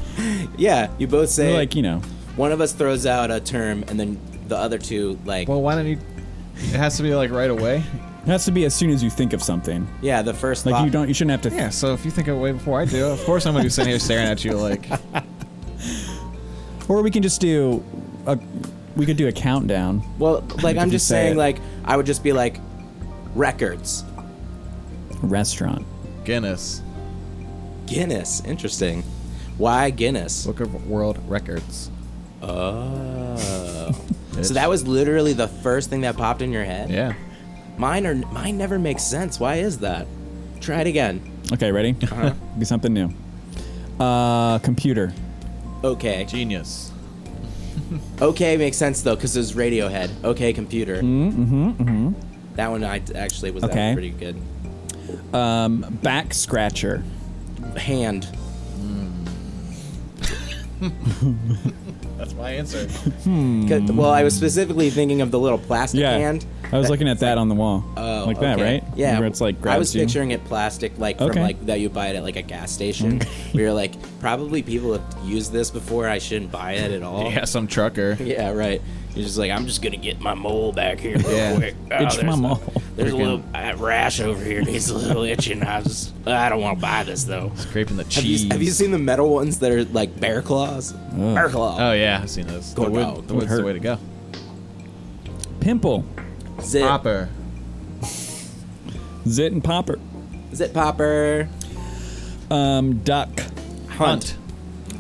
Speaker 5: Yeah, you both say
Speaker 1: They're like you know.
Speaker 5: one of us throws out a term, and then the other two like
Speaker 2: Well, why don't you? It has to be like right away.
Speaker 1: It has to be as soon as you think of something.
Speaker 5: yeah, the first
Speaker 1: Like
Speaker 5: thought-
Speaker 1: you don't. You shouldn't have to.
Speaker 2: Yeah. So if you think of it way before I do, of course I'm gonna be sitting here staring at you like.
Speaker 1: Or we can just do a. We could do a countdown.
Speaker 5: Well, like I'm
Speaker 1: you
Speaker 5: just
Speaker 1: say
Speaker 5: saying,
Speaker 1: it.
Speaker 5: like I would just be like records,
Speaker 1: Restaurant.
Speaker 2: Guinness.
Speaker 5: Guinness. Interesting. Why Guinness?
Speaker 2: Book of World Records.
Speaker 5: Oh. so that was literally the first thing that popped in your head.
Speaker 2: Yeah.
Speaker 5: Mine are mine never makes sense. Why is that? Try it again.
Speaker 1: Okay, ready?
Speaker 5: Uh-huh.
Speaker 1: Be something new. Uh, computer.
Speaker 5: Okay.
Speaker 2: Genius.
Speaker 5: Okay makes sense though because it was Radiohead. Okay, computer. Mm-hmm. mm-hmm. That one I d- actually was that
Speaker 1: Okay.
Speaker 5: one pretty good.
Speaker 1: Back scratcher.
Speaker 5: Hand.
Speaker 2: That's my answer.
Speaker 5: 'Cause- Well, I was specifically thinking of the little plastic
Speaker 1: Mm. Yeah.
Speaker 5: hand.
Speaker 1: I was looking at that on the wall.
Speaker 5: Oh,
Speaker 1: like that,
Speaker 5: okay.
Speaker 1: right?
Speaker 5: Yeah,
Speaker 1: Where it's like grabs
Speaker 5: I was
Speaker 1: you.
Speaker 5: picturing it plastic, like from
Speaker 1: Okay. Mm.
Speaker 5: like that you buy it at like a gas station. we were like, probably people have used this before. I shouldn't buy it at all.
Speaker 2: Yeah, some trucker.
Speaker 5: Yeah, right. You're just like, I'm just gonna get my mole back here real
Speaker 2: Yeah.
Speaker 5: quick. Oh,
Speaker 1: Itch
Speaker 5: there's
Speaker 1: my
Speaker 5: a-
Speaker 1: mole.
Speaker 5: There's a little uh, rash over here. Needs a little itching. I just, I don't want to buy this though.
Speaker 2: Scraping the
Speaker 5: Have
Speaker 2: cheese.
Speaker 5: you, have you seen the metal ones that are like bear claws? Bear claw.
Speaker 1: Uh,
Speaker 2: Oh yeah, I've seen those.
Speaker 5: Go
Speaker 2: the wood,
Speaker 5: now.
Speaker 2: the
Speaker 5: Would
Speaker 2: wood's
Speaker 1: hurt.
Speaker 2: the way to go.
Speaker 1: Pimple.
Speaker 5: Zip,
Speaker 2: Popper.
Speaker 1: Zit and popper.
Speaker 5: zip popper.
Speaker 1: Um, duck.
Speaker 2: Hunt.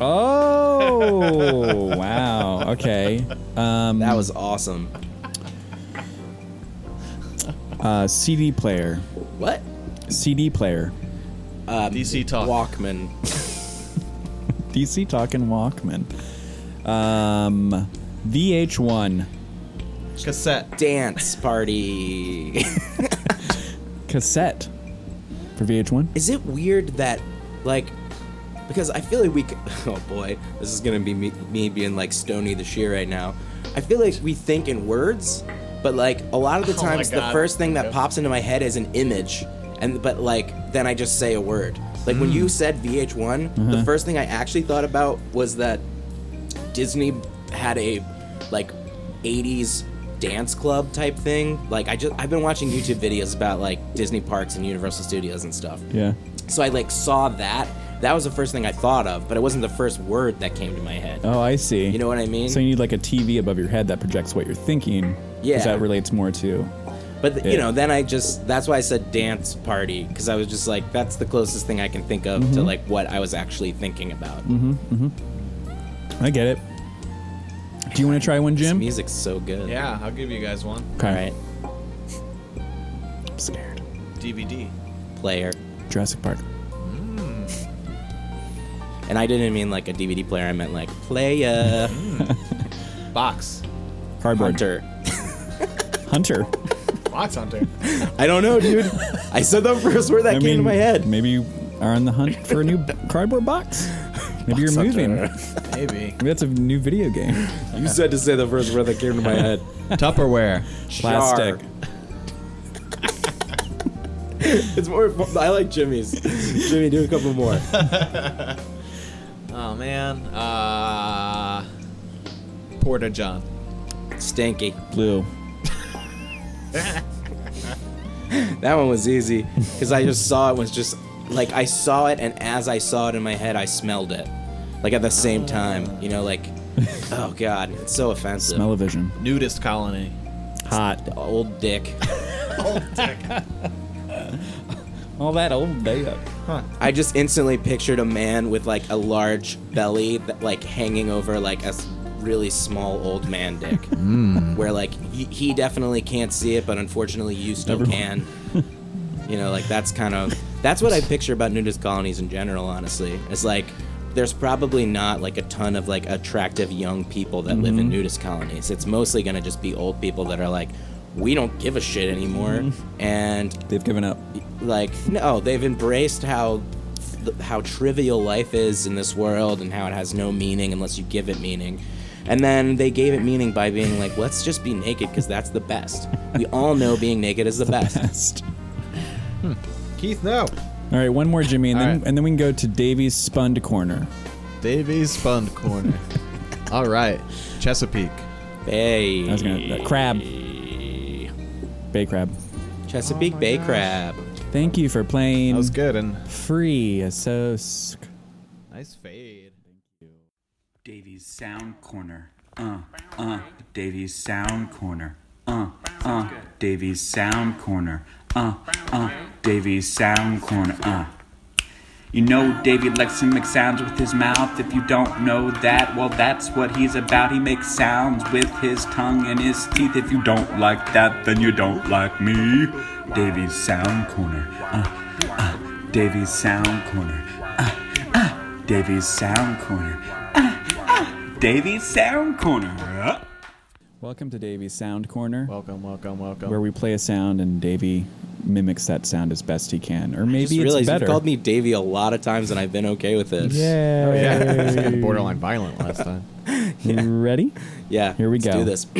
Speaker 1: Oh wow. Okay. Um,
Speaker 5: That was awesome.
Speaker 1: Uh, CD player.
Speaker 5: What?
Speaker 1: CD player.
Speaker 5: Um,
Speaker 2: DC talk.
Speaker 5: Walkman.
Speaker 1: DC talking Walkman. Um, VH1.
Speaker 2: Cassette.
Speaker 5: Dance party.
Speaker 1: Cassette. For VH1.
Speaker 5: is it weird that like because I feel like we c- oh boy this is gonna be me, me being like Stony the Sheer right now I feel like we think in words but like a lot of the
Speaker 2: Oh my
Speaker 5: times the
Speaker 2: God.
Speaker 5: first thing that pops into my head is an image and but like then I just say a word like when you said VH1 the first thing I actually thought about was that Disney had a like 80s dance club type thing like I just I've been watching YouTube videos about like Disney parks and Universal Studios and stuff
Speaker 1: Yeah.
Speaker 5: so I like saw that. That was the first thing I thought of, but it wasn't the first word that came to my head.
Speaker 1: Oh, I see.
Speaker 5: You know what I mean?
Speaker 1: So you need like a TV above your head that projects what you're thinking. 'cause
Speaker 5: Yeah.
Speaker 1: That relates more to.
Speaker 5: but th- you
Speaker 1: yeah.
Speaker 5: know, then I just that's why I said dance party because I was just like that's the closest thing I can think of to Mm-hmm. like what I was actually thinking about.
Speaker 1: I get it. Do you want to try one,
Speaker 5: This
Speaker 1: Jim?
Speaker 5: music's so good.
Speaker 2: Yeah, I'll give you guys one.
Speaker 5: All right.
Speaker 7: I'm scared.
Speaker 2: DVD.
Speaker 5: Player.
Speaker 7: Jurassic Park.
Speaker 5: And I didn't mean like a DVD player. I meant like player.
Speaker 2: Box.
Speaker 1: Cardboard.
Speaker 5: Hunter.
Speaker 1: Hunter.
Speaker 2: Box Hunter.
Speaker 5: I don't know, dude. I said the first word that
Speaker 1: I
Speaker 5: came
Speaker 1: mean,
Speaker 5: to my head.
Speaker 1: Maybe you are on the hunt for a new cardboard box. Maybe you're moving. Maybe
Speaker 2: Maybe.
Speaker 1: that's a new video game.
Speaker 5: You said to say the first word that came to my head.
Speaker 2: Tupperware.
Speaker 1: Plastic.
Speaker 5: Jar. It's more. I like Jimmy's. Jimmy, do a couple more.
Speaker 2: Oh man. Uh Porta John.
Speaker 5: Stinky.
Speaker 1: Blue.
Speaker 5: That one was easy because I just saw it was just like I saw it, and as I saw it in my head, I smelled it, like at the same time. You know, like, oh god, it's so offensive.
Speaker 1: Smell-o-vision.
Speaker 2: Nudist colony.
Speaker 1: Hot.
Speaker 5: Old dick.
Speaker 1: All that old day up.
Speaker 5: I just instantly pictured a man with like a large belly that like hanging over like a s- really small old man dick, where like he, he definitely can't see it, but unfortunately you still
Speaker 1: Everyone-
Speaker 5: can. You know, like that's kind of that's what I picture about nudist colonies in general. Honestly, it's like there's probably not like a ton of like attractive young people that live in nudist colonies. It's mostly gonna just be old people that are like, we don't give a shit anymore, and
Speaker 1: They've given up.
Speaker 5: like no they've embraced how th- how trivial life is in this world and how it has no meaning unless you give it meaning and then they gave it meaning by being like let's just be naked because that's the best we all know being naked is the best
Speaker 1: Best.
Speaker 2: Keith, no.
Speaker 1: All right, one more, Jimmy, and
Speaker 2: All
Speaker 1: then
Speaker 2: right.
Speaker 1: and then we can go to Davy's Spun Corner.
Speaker 2: Davies Fund Corner. All right. Chesapeake.
Speaker 5: bay
Speaker 1: I was gonna that crab. Bay crab.
Speaker 5: chesapeake bay crab
Speaker 1: Thank you for playing
Speaker 2: That was good and
Speaker 1: free. So s-
Speaker 2: nice fade.
Speaker 4: Davies Sound Corner. Uh, uh, Davies Sound Corner. Uh, uh, Davies Sound Corner. Uh, uh, Davies Sound Corner. Uh. You know Davy likes to make sounds with his mouth. If you don't know that, well, that's what he's about. He makes sounds with his tongue and his teeth. If you don't like that, then you don't like me. Davy's Sound Corner. Uh, uh, Davy's Sound Corner. Uh, uh, Davy's Sound Corner. Davies Sound Corner.
Speaker 1: welcome to Davy's Sound Corner,
Speaker 2: Welcome, welcome, welcome.
Speaker 1: where we play a sound and Davy mimics that sound as best he can, or
Speaker 5: just
Speaker 1: maybe it's
Speaker 5: realized
Speaker 1: better.
Speaker 5: you've called me davy a lot of times and i've been okay with this
Speaker 2: Oh,
Speaker 1: Yeah.
Speaker 2: yeah. It's getting borderline violent last time.
Speaker 1: You ready?
Speaker 5: yeah
Speaker 1: Here we
Speaker 5: let's
Speaker 1: go.
Speaker 5: do this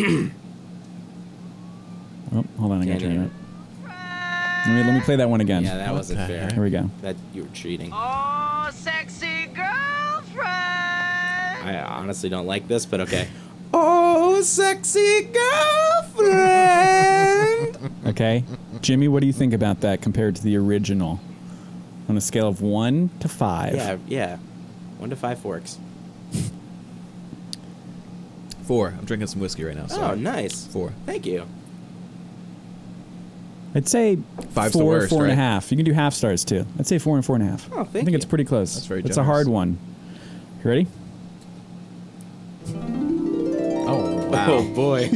Speaker 1: Oh, hold on, I gotta
Speaker 5: Can't
Speaker 1: turn
Speaker 5: hear
Speaker 1: it. up. Let me let me play that one again.
Speaker 5: yeah that wasn't fair
Speaker 1: Here we go.
Speaker 5: that you were cheating
Speaker 9: Oh, sexy girlfriend.
Speaker 5: I honestly don't like this, but okay. Oh, sexy girlfriend.
Speaker 1: Okay, Jimmy, what do you think about that compared to the original? On a scale of one to five.
Speaker 5: yeah, yeah. One to five forks.
Speaker 2: Four. I'm drinking some whiskey right now. So
Speaker 5: Oh, nice.
Speaker 2: Four.
Speaker 5: Thank you.
Speaker 1: I'd say
Speaker 2: Five's the
Speaker 1: four,
Speaker 2: worst,
Speaker 1: four and a
Speaker 2: right?
Speaker 1: half. You can do half stars too. I'd say four and four and a half.
Speaker 5: Oh,
Speaker 1: I
Speaker 5: thank
Speaker 1: think it's
Speaker 5: you.
Speaker 1: pretty close.
Speaker 2: That's very
Speaker 1: It's a
Speaker 2: generous.
Speaker 1: hard one. You ready?
Speaker 2: Oh,
Speaker 5: Oh
Speaker 2: wow.
Speaker 5: boy.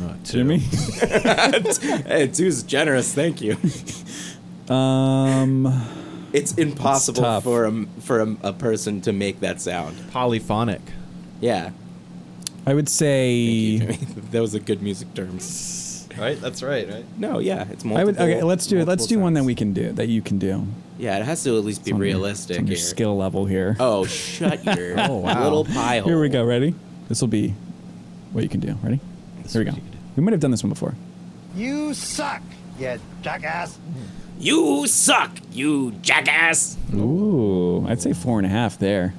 Speaker 2: Not two.
Speaker 1: Jimmy?
Speaker 5: hey, two's generous. Thank you.
Speaker 1: um,
Speaker 5: It's impossible
Speaker 1: tough.
Speaker 5: for a for a, a person to make that sound.
Speaker 2: Polyphonic.
Speaker 5: Yeah.
Speaker 1: I would say.
Speaker 5: that was a good music term.
Speaker 2: Right? That's right, right?
Speaker 5: No, yeah, it's multiple.
Speaker 1: I would. Okay, let's do it. Let's
Speaker 5: multiple
Speaker 1: do one that
Speaker 5: sounds.
Speaker 1: we can do. That you can do.
Speaker 5: Yeah, it has to at least be
Speaker 1: It's on your-
Speaker 5: realistic
Speaker 1: it's on your
Speaker 5: here.
Speaker 1: skill level here.
Speaker 5: Oh, shut your
Speaker 2: wow.
Speaker 5: little pie hole.
Speaker 1: Here we go. Ready? This will be what you can do. Ready? Here we go. We might have done this one before.
Speaker 8: You suck, you jackass.
Speaker 5: You suck, you jackass.
Speaker 1: Ooh, I'd say four and a half there,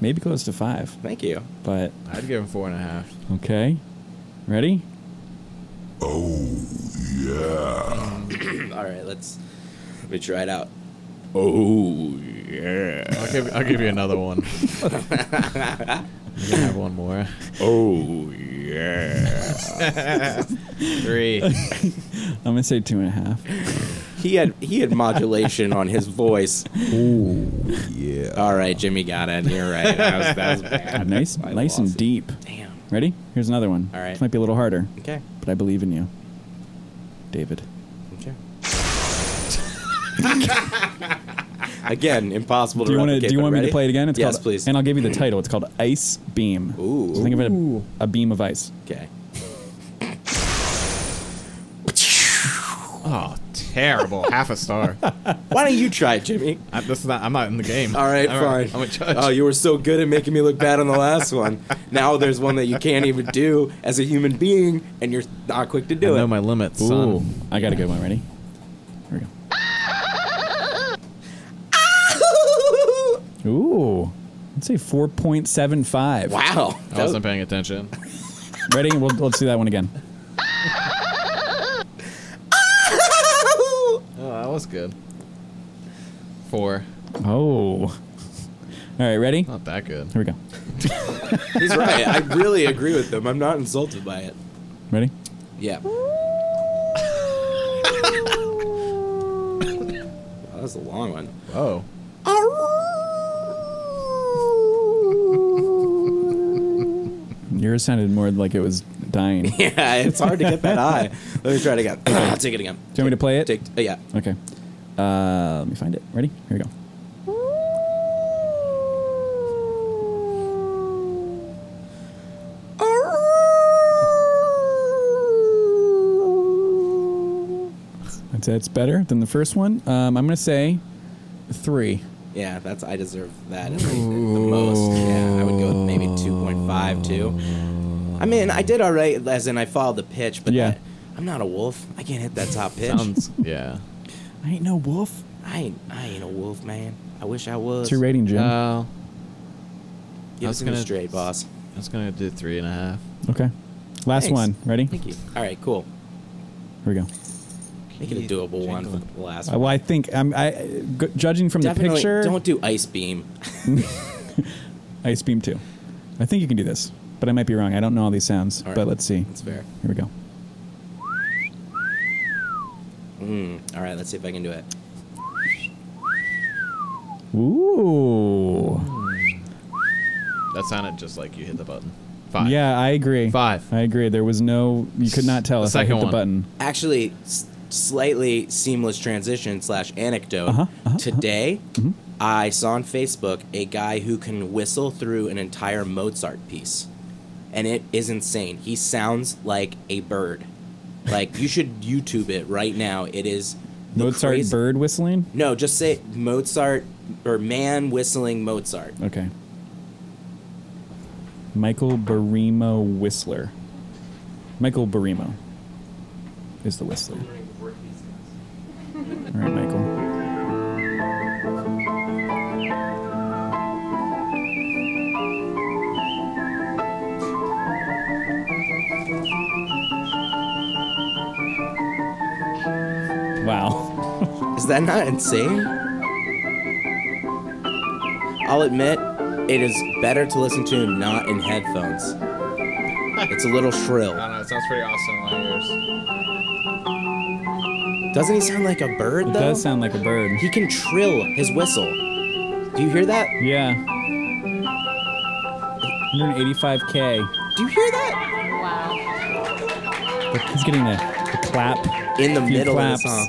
Speaker 1: maybe close to five.
Speaker 5: Thank you.
Speaker 1: But
Speaker 2: I'd give him four and a half.
Speaker 1: okay, ready?
Speaker 5: All right, let's let me try it out. Oh yeah.
Speaker 2: I'll give, I'll give you another one. I'm gonna have one more.
Speaker 5: Oh yeah.
Speaker 2: Three.
Speaker 1: I'm gonna say two and a half.
Speaker 5: he had he had modulation on his voice.
Speaker 2: Ooh,
Speaker 5: Oh,
Speaker 2: yeah.
Speaker 5: All right, Jimmy got it. You're right. That was, that was
Speaker 1: God,
Speaker 5: bad.
Speaker 1: nice,
Speaker 5: I
Speaker 1: nice and
Speaker 5: lost it.
Speaker 1: deep.
Speaker 5: Damn.
Speaker 1: Ready? Here's another one.
Speaker 5: All right.
Speaker 1: This might be a little harder,
Speaker 5: Okay.
Speaker 1: but I believe in you, David.
Speaker 5: Okay. Again, impossible
Speaker 1: Do
Speaker 5: to
Speaker 1: you want to?
Speaker 5: replicate,
Speaker 1: Do you
Speaker 5: but
Speaker 1: want me
Speaker 5: ready?
Speaker 1: to play it again? It's
Speaker 5: yes,
Speaker 1: called,
Speaker 5: please.
Speaker 1: And I'll give you the title. It's called Ice Beam.
Speaker 5: Ooh.
Speaker 1: So think of it a, a beam of ice.
Speaker 5: okay.
Speaker 2: Oh, terrible. Half a star.
Speaker 5: Why don't you try it, Jimmy?
Speaker 2: I, this is not, I'm not in the game.
Speaker 5: All right,
Speaker 2: I'm
Speaker 5: fine.
Speaker 2: A, I'm a judge.
Speaker 5: Oh, you were so good at making me look bad on the last one. Now there's one that you can't even do as a human being, and you're not quick to
Speaker 2: I
Speaker 5: do it.
Speaker 2: know my limits,
Speaker 1: Ooh,
Speaker 2: son.
Speaker 1: I got a good one. Ready? Here we go. Ooh, I'd say four point seven five.
Speaker 5: wow.
Speaker 2: I wasn't paying attention.
Speaker 1: Ready? We'll, let's do that one again.
Speaker 2: Oh, that was good. Four.
Speaker 1: Oh. All right. Ready? Here
Speaker 2: Not that good.
Speaker 1: we go.
Speaker 5: He's right. I really agree with him. I'm not insulted by it.
Speaker 1: Ready?
Speaker 5: Yeah. that was a long one.
Speaker 2: Oh.
Speaker 1: Yours sounded more like it was dying. do you
Speaker 5: Yeah, it's hard to get that high. Let me try it again. I'll take it again.
Speaker 1: want me to play it?
Speaker 5: Take, uh, yeah.
Speaker 1: Okay. Uh, let me find it. Ready? Here we go. I'd say it's better than the first one. Um, I'm gonna say three.
Speaker 5: Yeah, that's I deserve that at least, the most. Yeah, I would go with maybe 2.5 too. I mean, I did all right, as in I followed the pitch, but
Speaker 1: Yeah.
Speaker 5: that- I'm not a wolf. I can't hit that top pitch.
Speaker 2: Sounds, Um, yeah.
Speaker 1: I ain't no wolf.
Speaker 5: I ain't I ain't a wolf, man. I wish I was.
Speaker 1: What's your rating, Jim?
Speaker 2: Uh,
Speaker 5: Give
Speaker 2: I
Speaker 5: us
Speaker 2: was
Speaker 5: gonna...
Speaker 2: gonna-
Speaker 5: straight, boss.
Speaker 2: I was going to do three and a half.
Speaker 1: okay. Last
Speaker 5: Thanks.
Speaker 1: one. Ready? Here
Speaker 5: Thank you. All right, cool.
Speaker 1: we go.
Speaker 5: Make it a doable one for the last
Speaker 1: Uh,
Speaker 5: one.
Speaker 1: well, I think I'm. I g- judging from the
Speaker 5: Definitely
Speaker 1: picture,
Speaker 5: don't do ice beam.
Speaker 1: ice beam two. I think you can do this, but I might be wrong. I don't know all these sounds,
Speaker 5: All right.
Speaker 1: but let's see.
Speaker 5: That's fair.
Speaker 1: Here we go.
Speaker 5: All right, let's see if I can do it.
Speaker 1: Ooh.
Speaker 2: That sounded just like you hit the button. Five.
Speaker 1: Yeah, I agree.
Speaker 2: Five.
Speaker 1: I agree. There was no. You could not tell
Speaker 2: The
Speaker 1: if I hit
Speaker 2: second
Speaker 1: the
Speaker 2: one.
Speaker 1: button.
Speaker 5: actually s- slightly seamless transition slash anecdote.
Speaker 1: Uh-huh, uh-huh,
Speaker 5: Today, I saw on Facebook a guy who can whistle through an entire Mozart piece, and it is insane. He sounds like a bird. Like you should YouTube it right now. It is the
Speaker 1: Mozart
Speaker 5: crazy-
Speaker 1: bird whistling.
Speaker 5: No, just say Mozart or man whistling Mozart.
Speaker 1: Okay. Michael Barimo Whistler. Michael Barimo is the Whistler. All right, Michael. Wow.
Speaker 5: Is that not insane? I'll admit, it is better to listen to him not in headphones. It's a little shrill.
Speaker 2: don't know. It sounds pretty awesome on yours.
Speaker 5: Doesn't he sound like a bird
Speaker 1: It
Speaker 5: though?
Speaker 1: does sound like a bird.
Speaker 5: he can trill his whistle. Do you hear that?
Speaker 1: Yeah. 185k.
Speaker 5: Do you hear that?
Speaker 10: Wow.
Speaker 1: He's getting the, the clap.
Speaker 5: In the
Speaker 1: Few
Speaker 5: middle
Speaker 1: claps.
Speaker 5: of the song.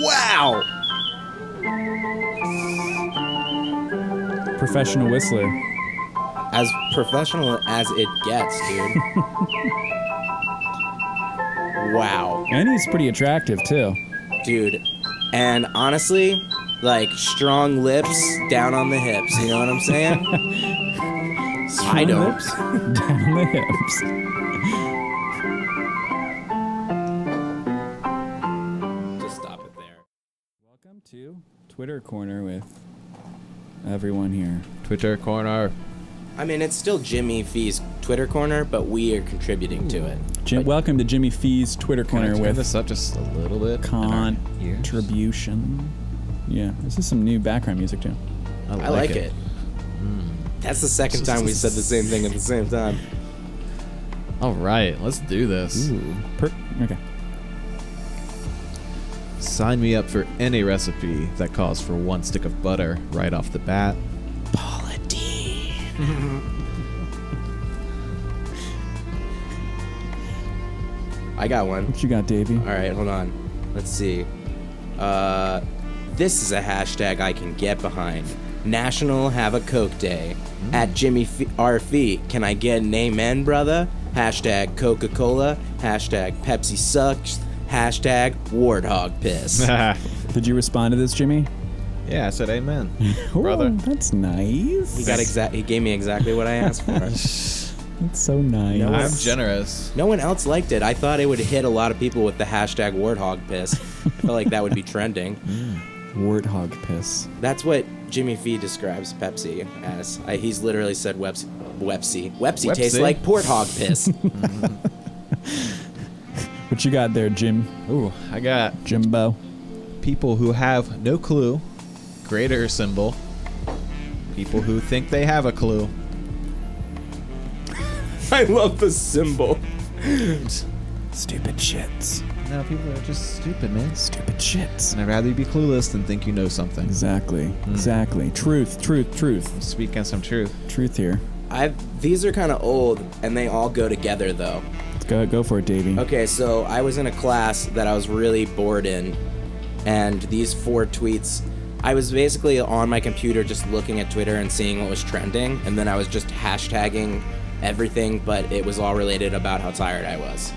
Speaker 5: Wow!
Speaker 1: Professional whistler.
Speaker 5: As professional as it gets, dude. wow.
Speaker 1: And he's pretty attractive too.
Speaker 5: dude. And honestly, like strong lips down on the hips. You know what I'm saying?
Speaker 1: Strong
Speaker 5: I don't.
Speaker 1: Lips, down the hips.
Speaker 5: Just stop it there.
Speaker 1: Welcome to Twitter Corner with everyone here.
Speaker 2: Twitter corner.
Speaker 5: I mean, it's still Jimmy Fee's Twitter corner, but we are contributing to it.
Speaker 1: Jim, welcome to Jimmy Fee's Twitter
Speaker 2: Can I
Speaker 1: Corner
Speaker 2: turn
Speaker 1: with
Speaker 2: this up just a little bit?
Speaker 1: contribution. Yeah, this is some new background music too.
Speaker 2: I like,
Speaker 5: I like
Speaker 2: it.
Speaker 5: it. That's the second time we said the same thing at the same time.
Speaker 2: All right, let's do this.
Speaker 1: Per- okay.
Speaker 2: Sign me up for any recipe that calls for one stick of butter right off the bat.
Speaker 5: I got one.
Speaker 1: What you got, Davey?
Speaker 5: All right, hold on. Let's see. Uh, this is a hashtag I can get behind. National Have a Coke Day. At Jimmy F- R. Feet, can I get an amen, brother? Hashtag Coca Cola. Hashtag Pepsi sucks. Hashtag Warthog piss.
Speaker 1: Did you respond to this, Jimmy?
Speaker 2: yeah, I said amen.
Speaker 1: Oh,
Speaker 2: Brother.
Speaker 1: that's nice.
Speaker 5: he got exact. He gave me exactly what I asked for.
Speaker 1: That's so nice.
Speaker 2: I'm generous.
Speaker 5: No one else liked it. I thought it would hit a lot of people with the hashtag warthog piss. I felt like that would be trending.
Speaker 1: Warthog piss.
Speaker 5: That's what Jimmy Fee describes Pepsi as. I, he's literally said Wepsi. Wepsi. Wepsi, tastes
Speaker 2: Wepsi.
Speaker 5: like port hog piss.
Speaker 1: What you got there, Jim?
Speaker 2: Ooh, I got
Speaker 1: Jimbo.
Speaker 2: people who have no clue, greater symbol, people who think they have a clue.
Speaker 5: I love the symbol.
Speaker 1: Stupid shits.
Speaker 2: No, people are just stupid, man.
Speaker 1: Stupid shits.
Speaker 2: And I'd rather you be clueless than think you know something.
Speaker 1: Exactly.
Speaker 2: Hmm.
Speaker 1: Exactly. Truth. Truth. Truth.
Speaker 2: Speaking some truth.
Speaker 1: Truth here.
Speaker 5: I've, these are kind of old, and they all go together, though.
Speaker 1: Let's go. Go for it, Davey.
Speaker 5: Okay, so I was in a class that I was really bored in, and these four tweets. I was basically on my computer just looking at Twitter and seeing what was trending, and then I was just hashtagging everything, but it was all related about how tired I was.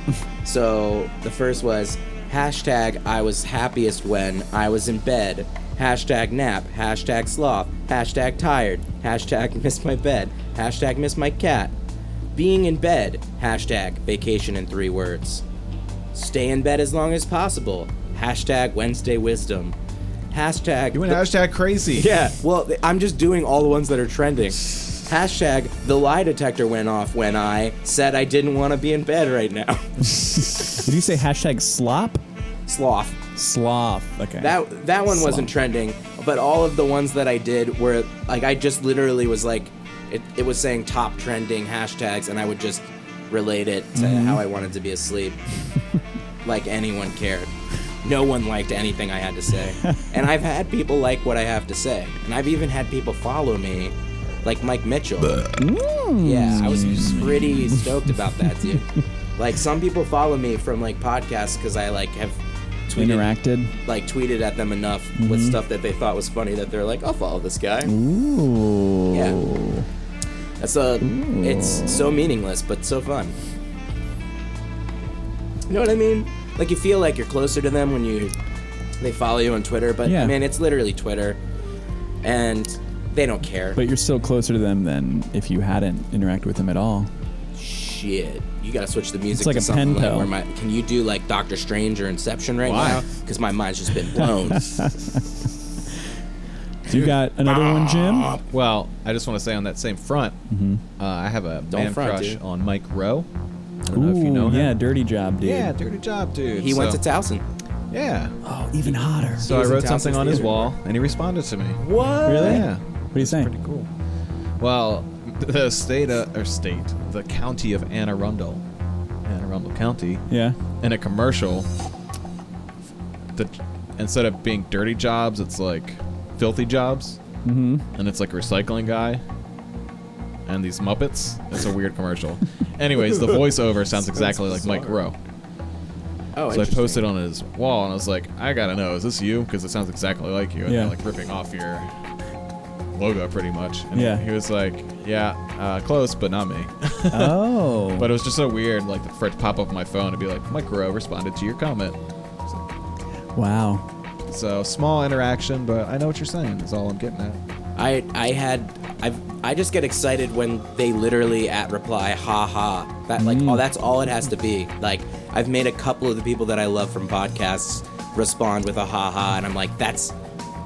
Speaker 5: so the first was hashtag I was happiest when I was in bed, hashtag nap, hashtag sloth, hashtag tired, hashtag miss my bed, hashtag miss my cat, being in bed. Hashtag vacation in three words. Stay in bed as long as possible. Hashtag Wednesday wisdom. Hashtag.
Speaker 2: You went hashtag crazy.
Speaker 5: Yeah, well, I'm just doing all the ones that are trending. Hashtag the lie detector went off when I said I didn't want to be in bed right now.
Speaker 1: Did you say hashtag slop?
Speaker 5: Sloth.
Speaker 1: Sloth. Okay.
Speaker 5: That that one wasn't trending, but all of the ones that I did were like I just literally was like, it, it was saying top trending hashtags, and I would just relate it to how I wanted to be asleep. like anyone cared. No one liked anything I had to say, and I've had people like what I have to say, and I've even had people follow me, like Mike Mitchell.
Speaker 1: Hmm.
Speaker 5: Yeah, I was pretty stoked about that, dude. Like some people follow me from like podcasts because I like have tweeted
Speaker 1: interacted.
Speaker 5: like tweeted at them enough with
Speaker 1: Mm-hmm.
Speaker 5: stuff that they thought was funny that they're like, I'll follow this guy.
Speaker 1: Ooh.
Speaker 5: Yeah. That's a it's so meaningless but so fun. You know what I mean? Like you feel like you're closer to them when you they follow you on Twitter, but
Speaker 1: Yeah.
Speaker 5: man, it's literally Twitter. And they don't care.
Speaker 1: But you're still closer to them than if you hadn't interacted with them at all.
Speaker 5: Shit. You gotta switch the music
Speaker 1: It's like
Speaker 5: to
Speaker 1: a
Speaker 5: something
Speaker 1: pen
Speaker 5: like
Speaker 1: pal.
Speaker 5: where my can you do like Doctor Strange or Inception right
Speaker 2: Why?
Speaker 5: now? Because my mind's just been blown.
Speaker 1: So you got another one,
Speaker 2: Ah.
Speaker 1: Jim?
Speaker 2: Well, I just want to say on that same front, uh, I have a
Speaker 5: Don't
Speaker 2: man
Speaker 5: front,
Speaker 2: crush
Speaker 5: dude.
Speaker 2: on Mike Rowe. I don't know if you know
Speaker 1: Ooh,
Speaker 2: him.
Speaker 1: yeah, dirty job, dude.
Speaker 2: Yeah, dirty job, dude.
Speaker 5: he went to
Speaker 2: So-
Speaker 5: Towson.
Speaker 2: Yeah.
Speaker 1: Oh, even hotter.
Speaker 2: So I
Speaker 5: was in
Speaker 2: wrote
Speaker 5: Towson's
Speaker 2: something on his
Speaker 5: theater.
Speaker 2: wall, and he responded to me.
Speaker 5: What?
Speaker 1: Really?
Speaker 2: Yeah.
Speaker 1: What are you saying?
Speaker 2: Cool. Well, the state uh, or state, the county of Anne Arundel, Anne Arundel County,
Speaker 1: Yeah.
Speaker 2: in a commercial, the instead of being dirty jobs, it's like filthy jobs, mm-hmm. and it's like a recycling guy and these Muppets. It's a weird commercial. Anyways, the voiceover sounds exactly like Mike Rowe.
Speaker 5: Oh,
Speaker 2: So I
Speaker 5: interesting.
Speaker 2: posted on his wall, and I was like, "I gotta know, is this you? Because it sounds exactly like you, and
Speaker 1: Yeah.
Speaker 2: they're like ripping off your logo, pretty much." And
Speaker 1: Yeah.
Speaker 2: He was like, "Yeah, uh, close, but not me."
Speaker 1: Oh.
Speaker 2: but it was just so weird, like for it to pop up on my phone and be like, "Mike Rowe responded to your comment."
Speaker 1: wow.
Speaker 2: So small interaction, but I know what you're saying. Is all I'm getting at.
Speaker 5: I I had I I just get excited when they literally at reply ha ha that
Speaker 1: Mm.
Speaker 5: like oh that's all it has to be like I've made a couple of the people that I love from podcasts respond with a ha ha and I'm like that's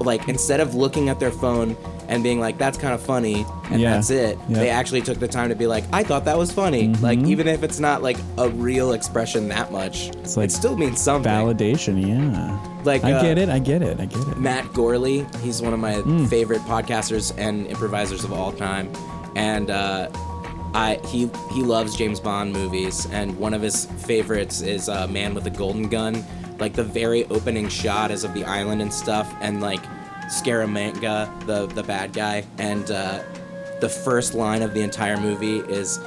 Speaker 5: like instead of looking at their phone and being like that's kind of funny and
Speaker 1: Yeah.
Speaker 5: that's it
Speaker 1: Yeah. Mm-hmm.
Speaker 5: they actually took the time to be like I thought that was funny like even if it's not like a real expression that much
Speaker 1: like
Speaker 5: it still means something
Speaker 1: Validation, yeah.
Speaker 5: Like,
Speaker 1: I
Speaker 5: uh,
Speaker 1: get it, I get it, I get it.
Speaker 5: Matt Gorley. He's one of my favorite podcasters and improvisers of all time, and uh, I he he loves James Bond movies, and one of his favorites is uh, Man with a Golden Gun, like the very opening shot is of the island and stuff, and like Scaramanga, the the bad guy, and uh, the first line of the entire movie is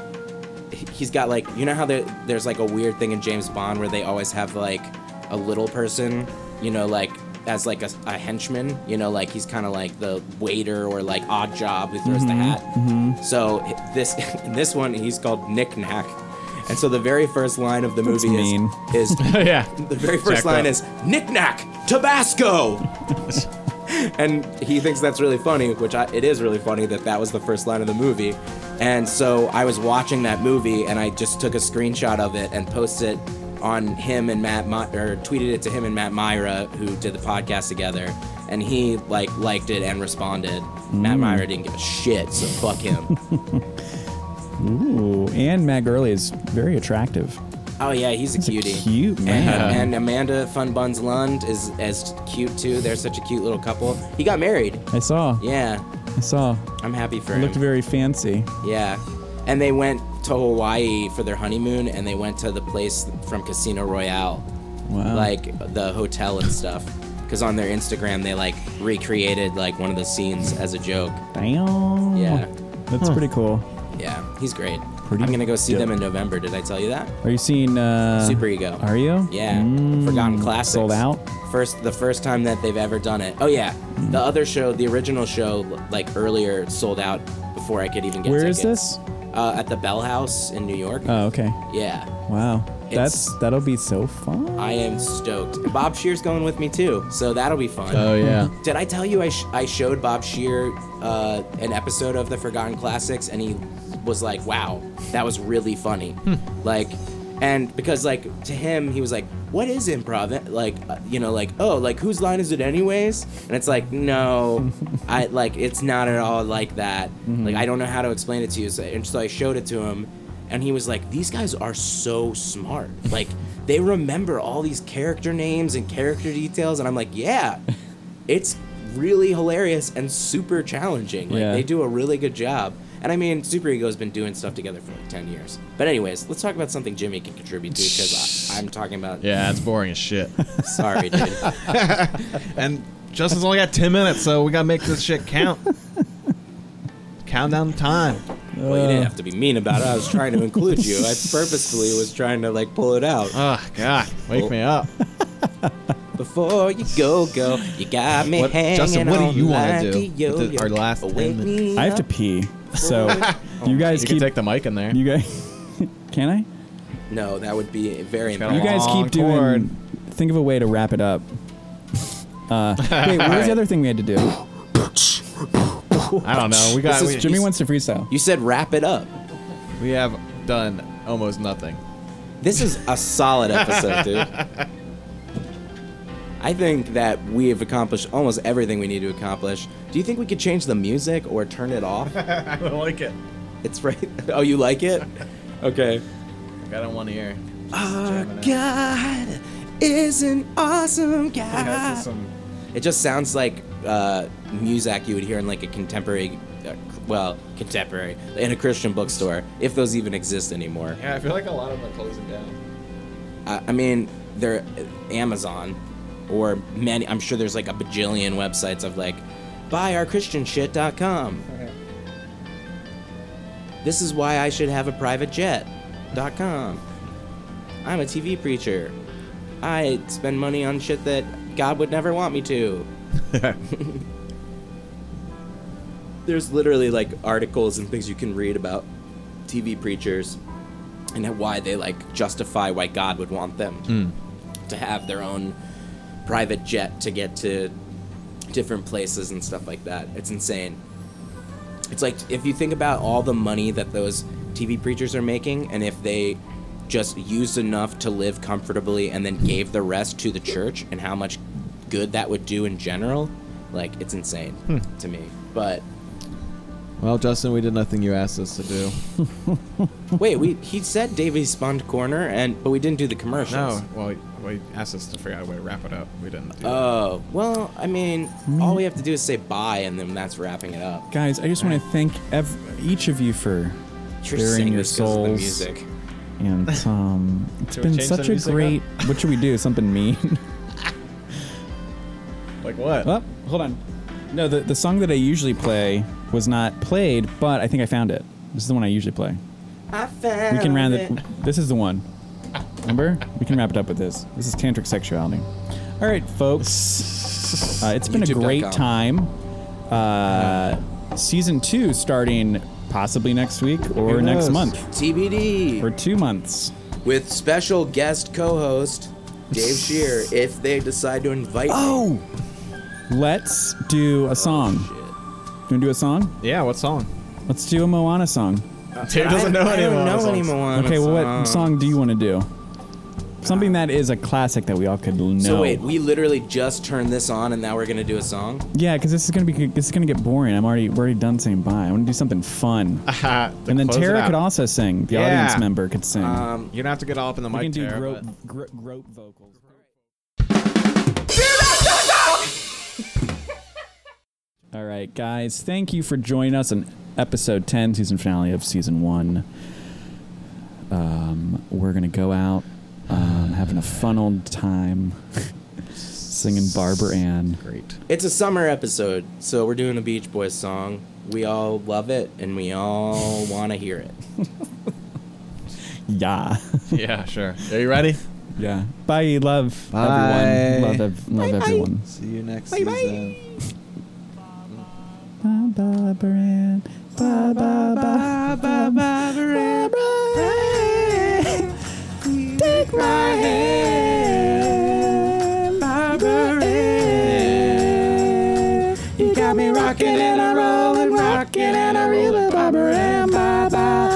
Speaker 5: he- he's got like you know how there, there's like a weird thing in James Bond where they always have like a little person, you know, like as like a, a henchman, you know, like he's kind of like the waiter or like odd job who throws the hat. So hi- this in this one he's called Nick Knack, and so the very first line of the movie
Speaker 1: mean.
Speaker 5: is is
Speaker 2: yeah.
Speaker 5: the very first
Speaker 2: Jacked
Speaker 5: line
Speaker 2: up.
Speaker 5: is knickknack Tabasco, and he thinks that's really funny, which I, it is really funny that that was the first line of the movie. And so I was watching that movie, and I just took a screenshot of it and posted it on him and Matt, My- or tweeted it to him and Matt Myra, who did the podcast together. And he like liked it and responded. Matt Myra didn't give a shit, so fuck him.
Speaker 1: Ooh, and Meg Early is very attractive.
Speaker 5: Oh yeah, he's a
Speaker 1: He's a
Speaker 5: cutie.
Speaker 1: cute man.
Speaker 5: And, and Amanda Fun Buns Lund is as cute too. They're such a cute little couple. He got married.
Speaker 1: I saw.
Speaker 5: Yeah,
Speaker 1: I saw.
Speaker 5: I'm happy for him.
Speaker 1: Looked very fancy.
Speaker 5: yeah, and they went to Hawaii for their honeymoon, and they went to the place from Casino Royale,
Speaker 1: Wow.
Speaker 5: like the hotel and stuff. Because on their Instagram, they like recreated like one of the scenes as a joke.
Speaker 1: damn.
Speaker 5: Yeah.
Speaker 1: That's pretty cool.
Speaker 5: Yeah, he's great.
Speaker 1: Pretty
Speaker 5: I'm gonna go see
Speaker 1: dope.
Speaker 5: them in November. Did I tell you that?
Speaker 1: Are you seeing uh
Speaker 5: Super Ego.
Speaker 1: Are you?
Speaker 5: Yeah,
Speaker 1: Mm,
Speaker 5: Forgotten Classics.
Speaker 1: Sold out. Mm.
Speaker 5: First, the first time that they've ever done it. Oh yeah, the other show, the original show, like earlier, sold out before I could even get.
Speaker 1: Where is
Speaker 5: tickets.
Speaker 1: this?
Speaker 5: Uh, at the Bell House in New York.
Speaker 1: Oh, okay.
Speaker 5: yeah,
Speaker 1: Wow. That's
Speaker 5: It's-
Speaker 1: that'll be so fun.
Speaker 5: I am stoked. And Bob Shear's going with me too, so that'll be fun.
Speaker 2: Oh yeah.
Speaker 5: Did I tell you I, sh- I showed Bob Shear uh, an episode of the Forgotten Classics and he was like, wow, that was really funny. Like, and because, like, to him, he was like, what is improv? Like, uh, you know, like, oh, like, whose line is it, anyways? And it's like, no, I like, it's not at all like that. Like, I don't know how to explain it to you. So, and so I showed it to him and he was like, "These guys are so smart. Like, they remember all these character names and character details." And I'm like, "Yeah, it's really hilarious and super challenging. Like,
Speaker 1: Yeah.
Speaker 5: they do a really good job." And I mean, Super Ego's been doing stuff together for like ten years. But anyways, let's talk about something Jimmy can contribute to because I'm talking about.
Speaker 2: Yeah, it's boring as shit.
Speaker 5: Sorry, dude.
Speaker 2: and Justin's only got ten minutes, so we gotta make this shit count. Countdown time.
Speaker 5: well, you
Speaker 2: Uh.
Speaker 5: didn't have to be mean about it. I was trying to include you. I purposefully was trying to like pull it out.
Speaker 2: Oh God, wake me up.
Speaker 5: Before you go, go, you got me
Speaker 2: What-
Speaker 5: hanging
Speaker 2: Justin, what do
Speaker 5: on
Speaker 2: you wanna
Speaker 5: like
Speaker 2: do
Speaker 5: a
Speaker 2: with the-
Speaker 5: yo-yo.
Speaker 2: our last 10
Speaker 5: Wake
Speaker 2: minutes?
Speaker 5: me
Speaker 1: I have to
Speaker 5: up.
Speaker 1: pee. So you guys
Speaker 2: You
Speaker 1: keep
Speaker 2: can take the mic in there.
Speaker 1: you guys Can I?
Speaker 5: No, that would be very
Speaker 2: Shut
Speaker 1: You
Speaker 5: embarrassing.
Speaker 2: up.
Speaker 1: guys
Speaker 2: Long
Speaker 1: keep doing
Speaker 2: cord.
Speaker 1: think of a way to wrap it up. Uh, wait, what was the other thing we had to do?
Speaker 2: Oh, I don't know. We got
Speaker 5: This
Speaker 2: we,
Speaker 5: is
Speaker 1: Jimmy wants to freestyle.
Speaker 5: You said wrap it up.
Speaker 2: we have done almost nothing.
Speaker 5: This is a solid episode, dude. I think that we have accomplished almost everything we need to accomplish. Do you think we could change the music or turn it off?
Speaker 2: I don't like it.
Speaker 5: It's right. Oh, you like it? Okay.
Speaker 2: I got on one ear.
Speaker 5: Our
Speaker 2: Jamming out.
Speaker 5: God is an awesome
Speaker 2: You know, this is
Speaker 5: God.
Speaker 2: some-
Speaker 5: It just sounds like uh, music you would hear in like a contemporary, uh, well, contemporary in a Christian bookstore, if those even exist anymore.
Speaker 2: Yeah, I feel like a lot of them are closing down.
Speaker 5: I, I mean, they're Amazon, or many. I'm sure there's like a bajillion websites of like, buyourchristianshit.com. This is why I should have a private jet.com. I'm a TV preacher. I spend money on shit that God would never want me to. there's literally like articles and things you can read about TV preachers and why they like justify why God would want them to have their own private jet to get to different places and stuff like that. It's insane. It's like if you think about all the money that those TV preachers are making, and if they just used enough to live comfortably and then gave the rest to the church, and how much good that would do in general, like it's insane to me. But
Speaker 2: Well, Justin, we did nothing you asked us to do.
Speaker 5: wait, we he said Davies spawned corner, and but we didn't do the commercials.
Speaker 2: No, well, we asked us to figure out a way to wrap it up. We didn't. Do that.
Speaker 5: Oh, well, I mean,
Speaker 1: Mm.
Speaker 5: all we have to do is say bye, and then that's wrapping it up.
Speaker 1: Guys, I just want to thank ev- each of you for
Speaker 5: You're
Speaker 1: bearing
Speaker 5: saying
Speaker 1: your
Speaker 5: this 'cause of the
Speaker 1: souls
Speaker 5: music.
Speaker 1: and um, it's
Speaker 2: Should we
Speaker 1: been
Speaker 2: change
Speaker 1: such
Speaker 2: the
Speaker 1: a
Speaker 2: music up?
Speaker 1: great. What should we do? Something mean?
Speaker 2: Like what?
Speaker 1: Oh, hold on. No, the, the song that I usually play was not played, but I think I found it. This is the one I usually play. I found we can round it. This is the one. Remember? We can wrap it up with this. This is Tantric Sexuality. All right, folks. Uh, it's been a great
Speaker 5: YouTube.com.
Speaker 1: time. Uh, season two starting possibly next week or
Speaker 5: Who
Speaker 1: next
Speaker 5: knows?
Speaker 1: month
Speaker 5: TBD.
Speaker 1: or two months.
Speaker 5: with special guest co-host Dave Shear if they decide to invite
Speaker 1: Oh,
Speaker 5: me.
Speaker 1: Let's do a song.
Speaker 5: Oh,
Speaker 1: Do you want to do a song?
Speaker 2: Yeah, what song?
Speaker 1: Let's do a Moana song.
Speaker 2: Taylor doesn't know
Speaker 5: I
Speaker 2: any
Speaker 5: don't
Speaker 2: Moana
Speaker 5: know
Speaker 2: songs.
Speaker 5: any Moana
Speaker 1: Okay, well, what
Speaker 5: songs.
Speaker 1: song do you want to do? Something that is a classic that we all could know.
Speaker 5: So wait, we literally just turned this on and now we're gonna do a song?
Speaker 1: yeah, because this is gonna be this is gonna get boring. I'm already we're already done saying bye. I want to do something fun.
Speaker 2: Ha, to
Speaker 1: and then
Speaker 2: close it
Speaker 1: Tara
Speaker 2: out.
Speaker 1: could also sing. The audience
Speaker 2: Yeah.
Speaker 1: member could sing.
Speaker 5: Um,
Speaker 2: You don't have to get all up in the
Speaker 1: we
Speaker 2: mic,
Speaker 1: can do
Speaker 2: Tara,
Speaker 1: grope,
Speaker 2: but-
Speaker 1: gro- grope vocals. All right, guys, thank you for joining us on episode 10, season finale of season one. Um, we're going to go out, um, having a fun old time, singing Barbara Ann.
Speaker 2: Great.
Speaker 5: it's a summer episode, so we're doing a Beach Boys song. We all love it and we all wanna hear it.
Speaker 1: Yeah.
Speaker 2: Yeah, sure. Are you ready?
Speaker 1: yeah. Bye. Love
Speaker 2: Bye.
Speaker 1: everyone. Love, ev- love everyone.
Speaker 2: See you next season.
Speaker 1: Bye, Barbara Ann. Bye, bye, bye, bye, Barbara Ann. Take my hand, Barbara Ann. You got me rocking and a rolling, rocking and a reeling, Barbara Ann. Bye, bye,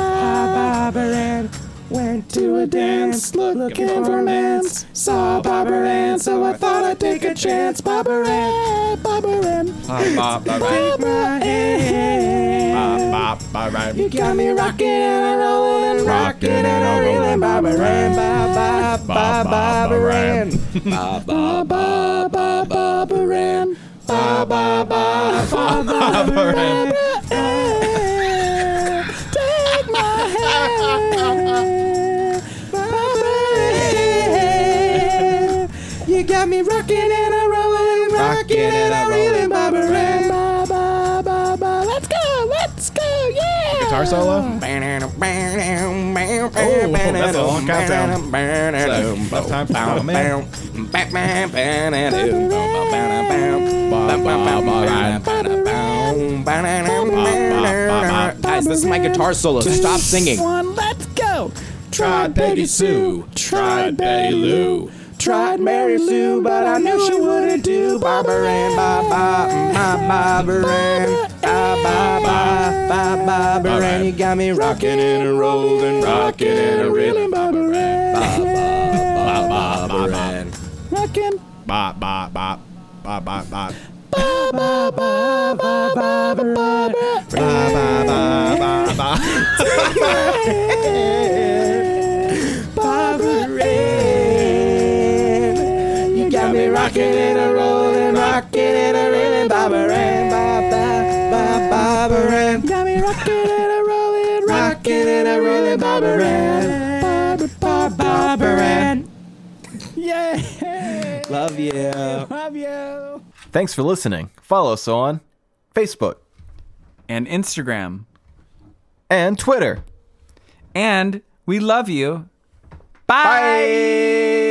Speaker 1: Barbara Ann. Went to a dance, looking for romance. Saw Barbara Ann, so I thought I'd take a chance. Barbara Ann, Barbara Ann. Take my hand. You got me rocking and rolling, rocking and reeling, Barbara Ann, bye bye, bye Barbara Ann,
Speaker 5: Ba,
Speaker 1: bye
Speaker 5: ba,
Speaker 1: bye Barbara Ann, bye bye bye Barbara Ann. Take my hand, Barbara Ann. You got me rocking and a rolling, rocking and a reeling, Barbara Ann, bye bye bye bye. Let's go, let's go, yeah.
Speaker 2: Guitar solo?
Speaker 5: Oh,
Speaker 2: that's a long countdown. That's time for Aquaman.
Speaker 5: Guys, this is my guitar solo. Stop singing.
Speaker 1: One, let's go. Tried Peggy Sue. Tried Betty Lou. Tried Mary Lou, but I knew she wouldn't do. Barbara Ann, ba ba, Barbara Ann, ba ba ba, ba Barbara Ann. You got me rocking and a rolling, rocking and a reeling, Barbara Ann. Rocking,
Speaker 2: Bop, bop, bop. Bop, bop, bop.
Speaker 1: ba ba ba, ba Barbara, Barbara
Speaker 2: Bop, bop, bop, bop, bop.
Speaker 1: Barbara Ann. You got me rocking and a rolling, rocking and a reeling, Barbara Ann, ba ba ba, Barbara Ann. Got me rocking and a rolling, rocking and a reeling, Barbara Ann, Barbara, Barbara, Barbara Ann. Yeah,
Speaker 5: Love you.
Speaker 1: love you.
Speaker 6: Thanks for listening. Follow us on Facebook
Speaker 10: and Instagram.
Speaker 6: and Twitter.
Speaker 10: And we love you. Bye.
Speaker 6: Bye.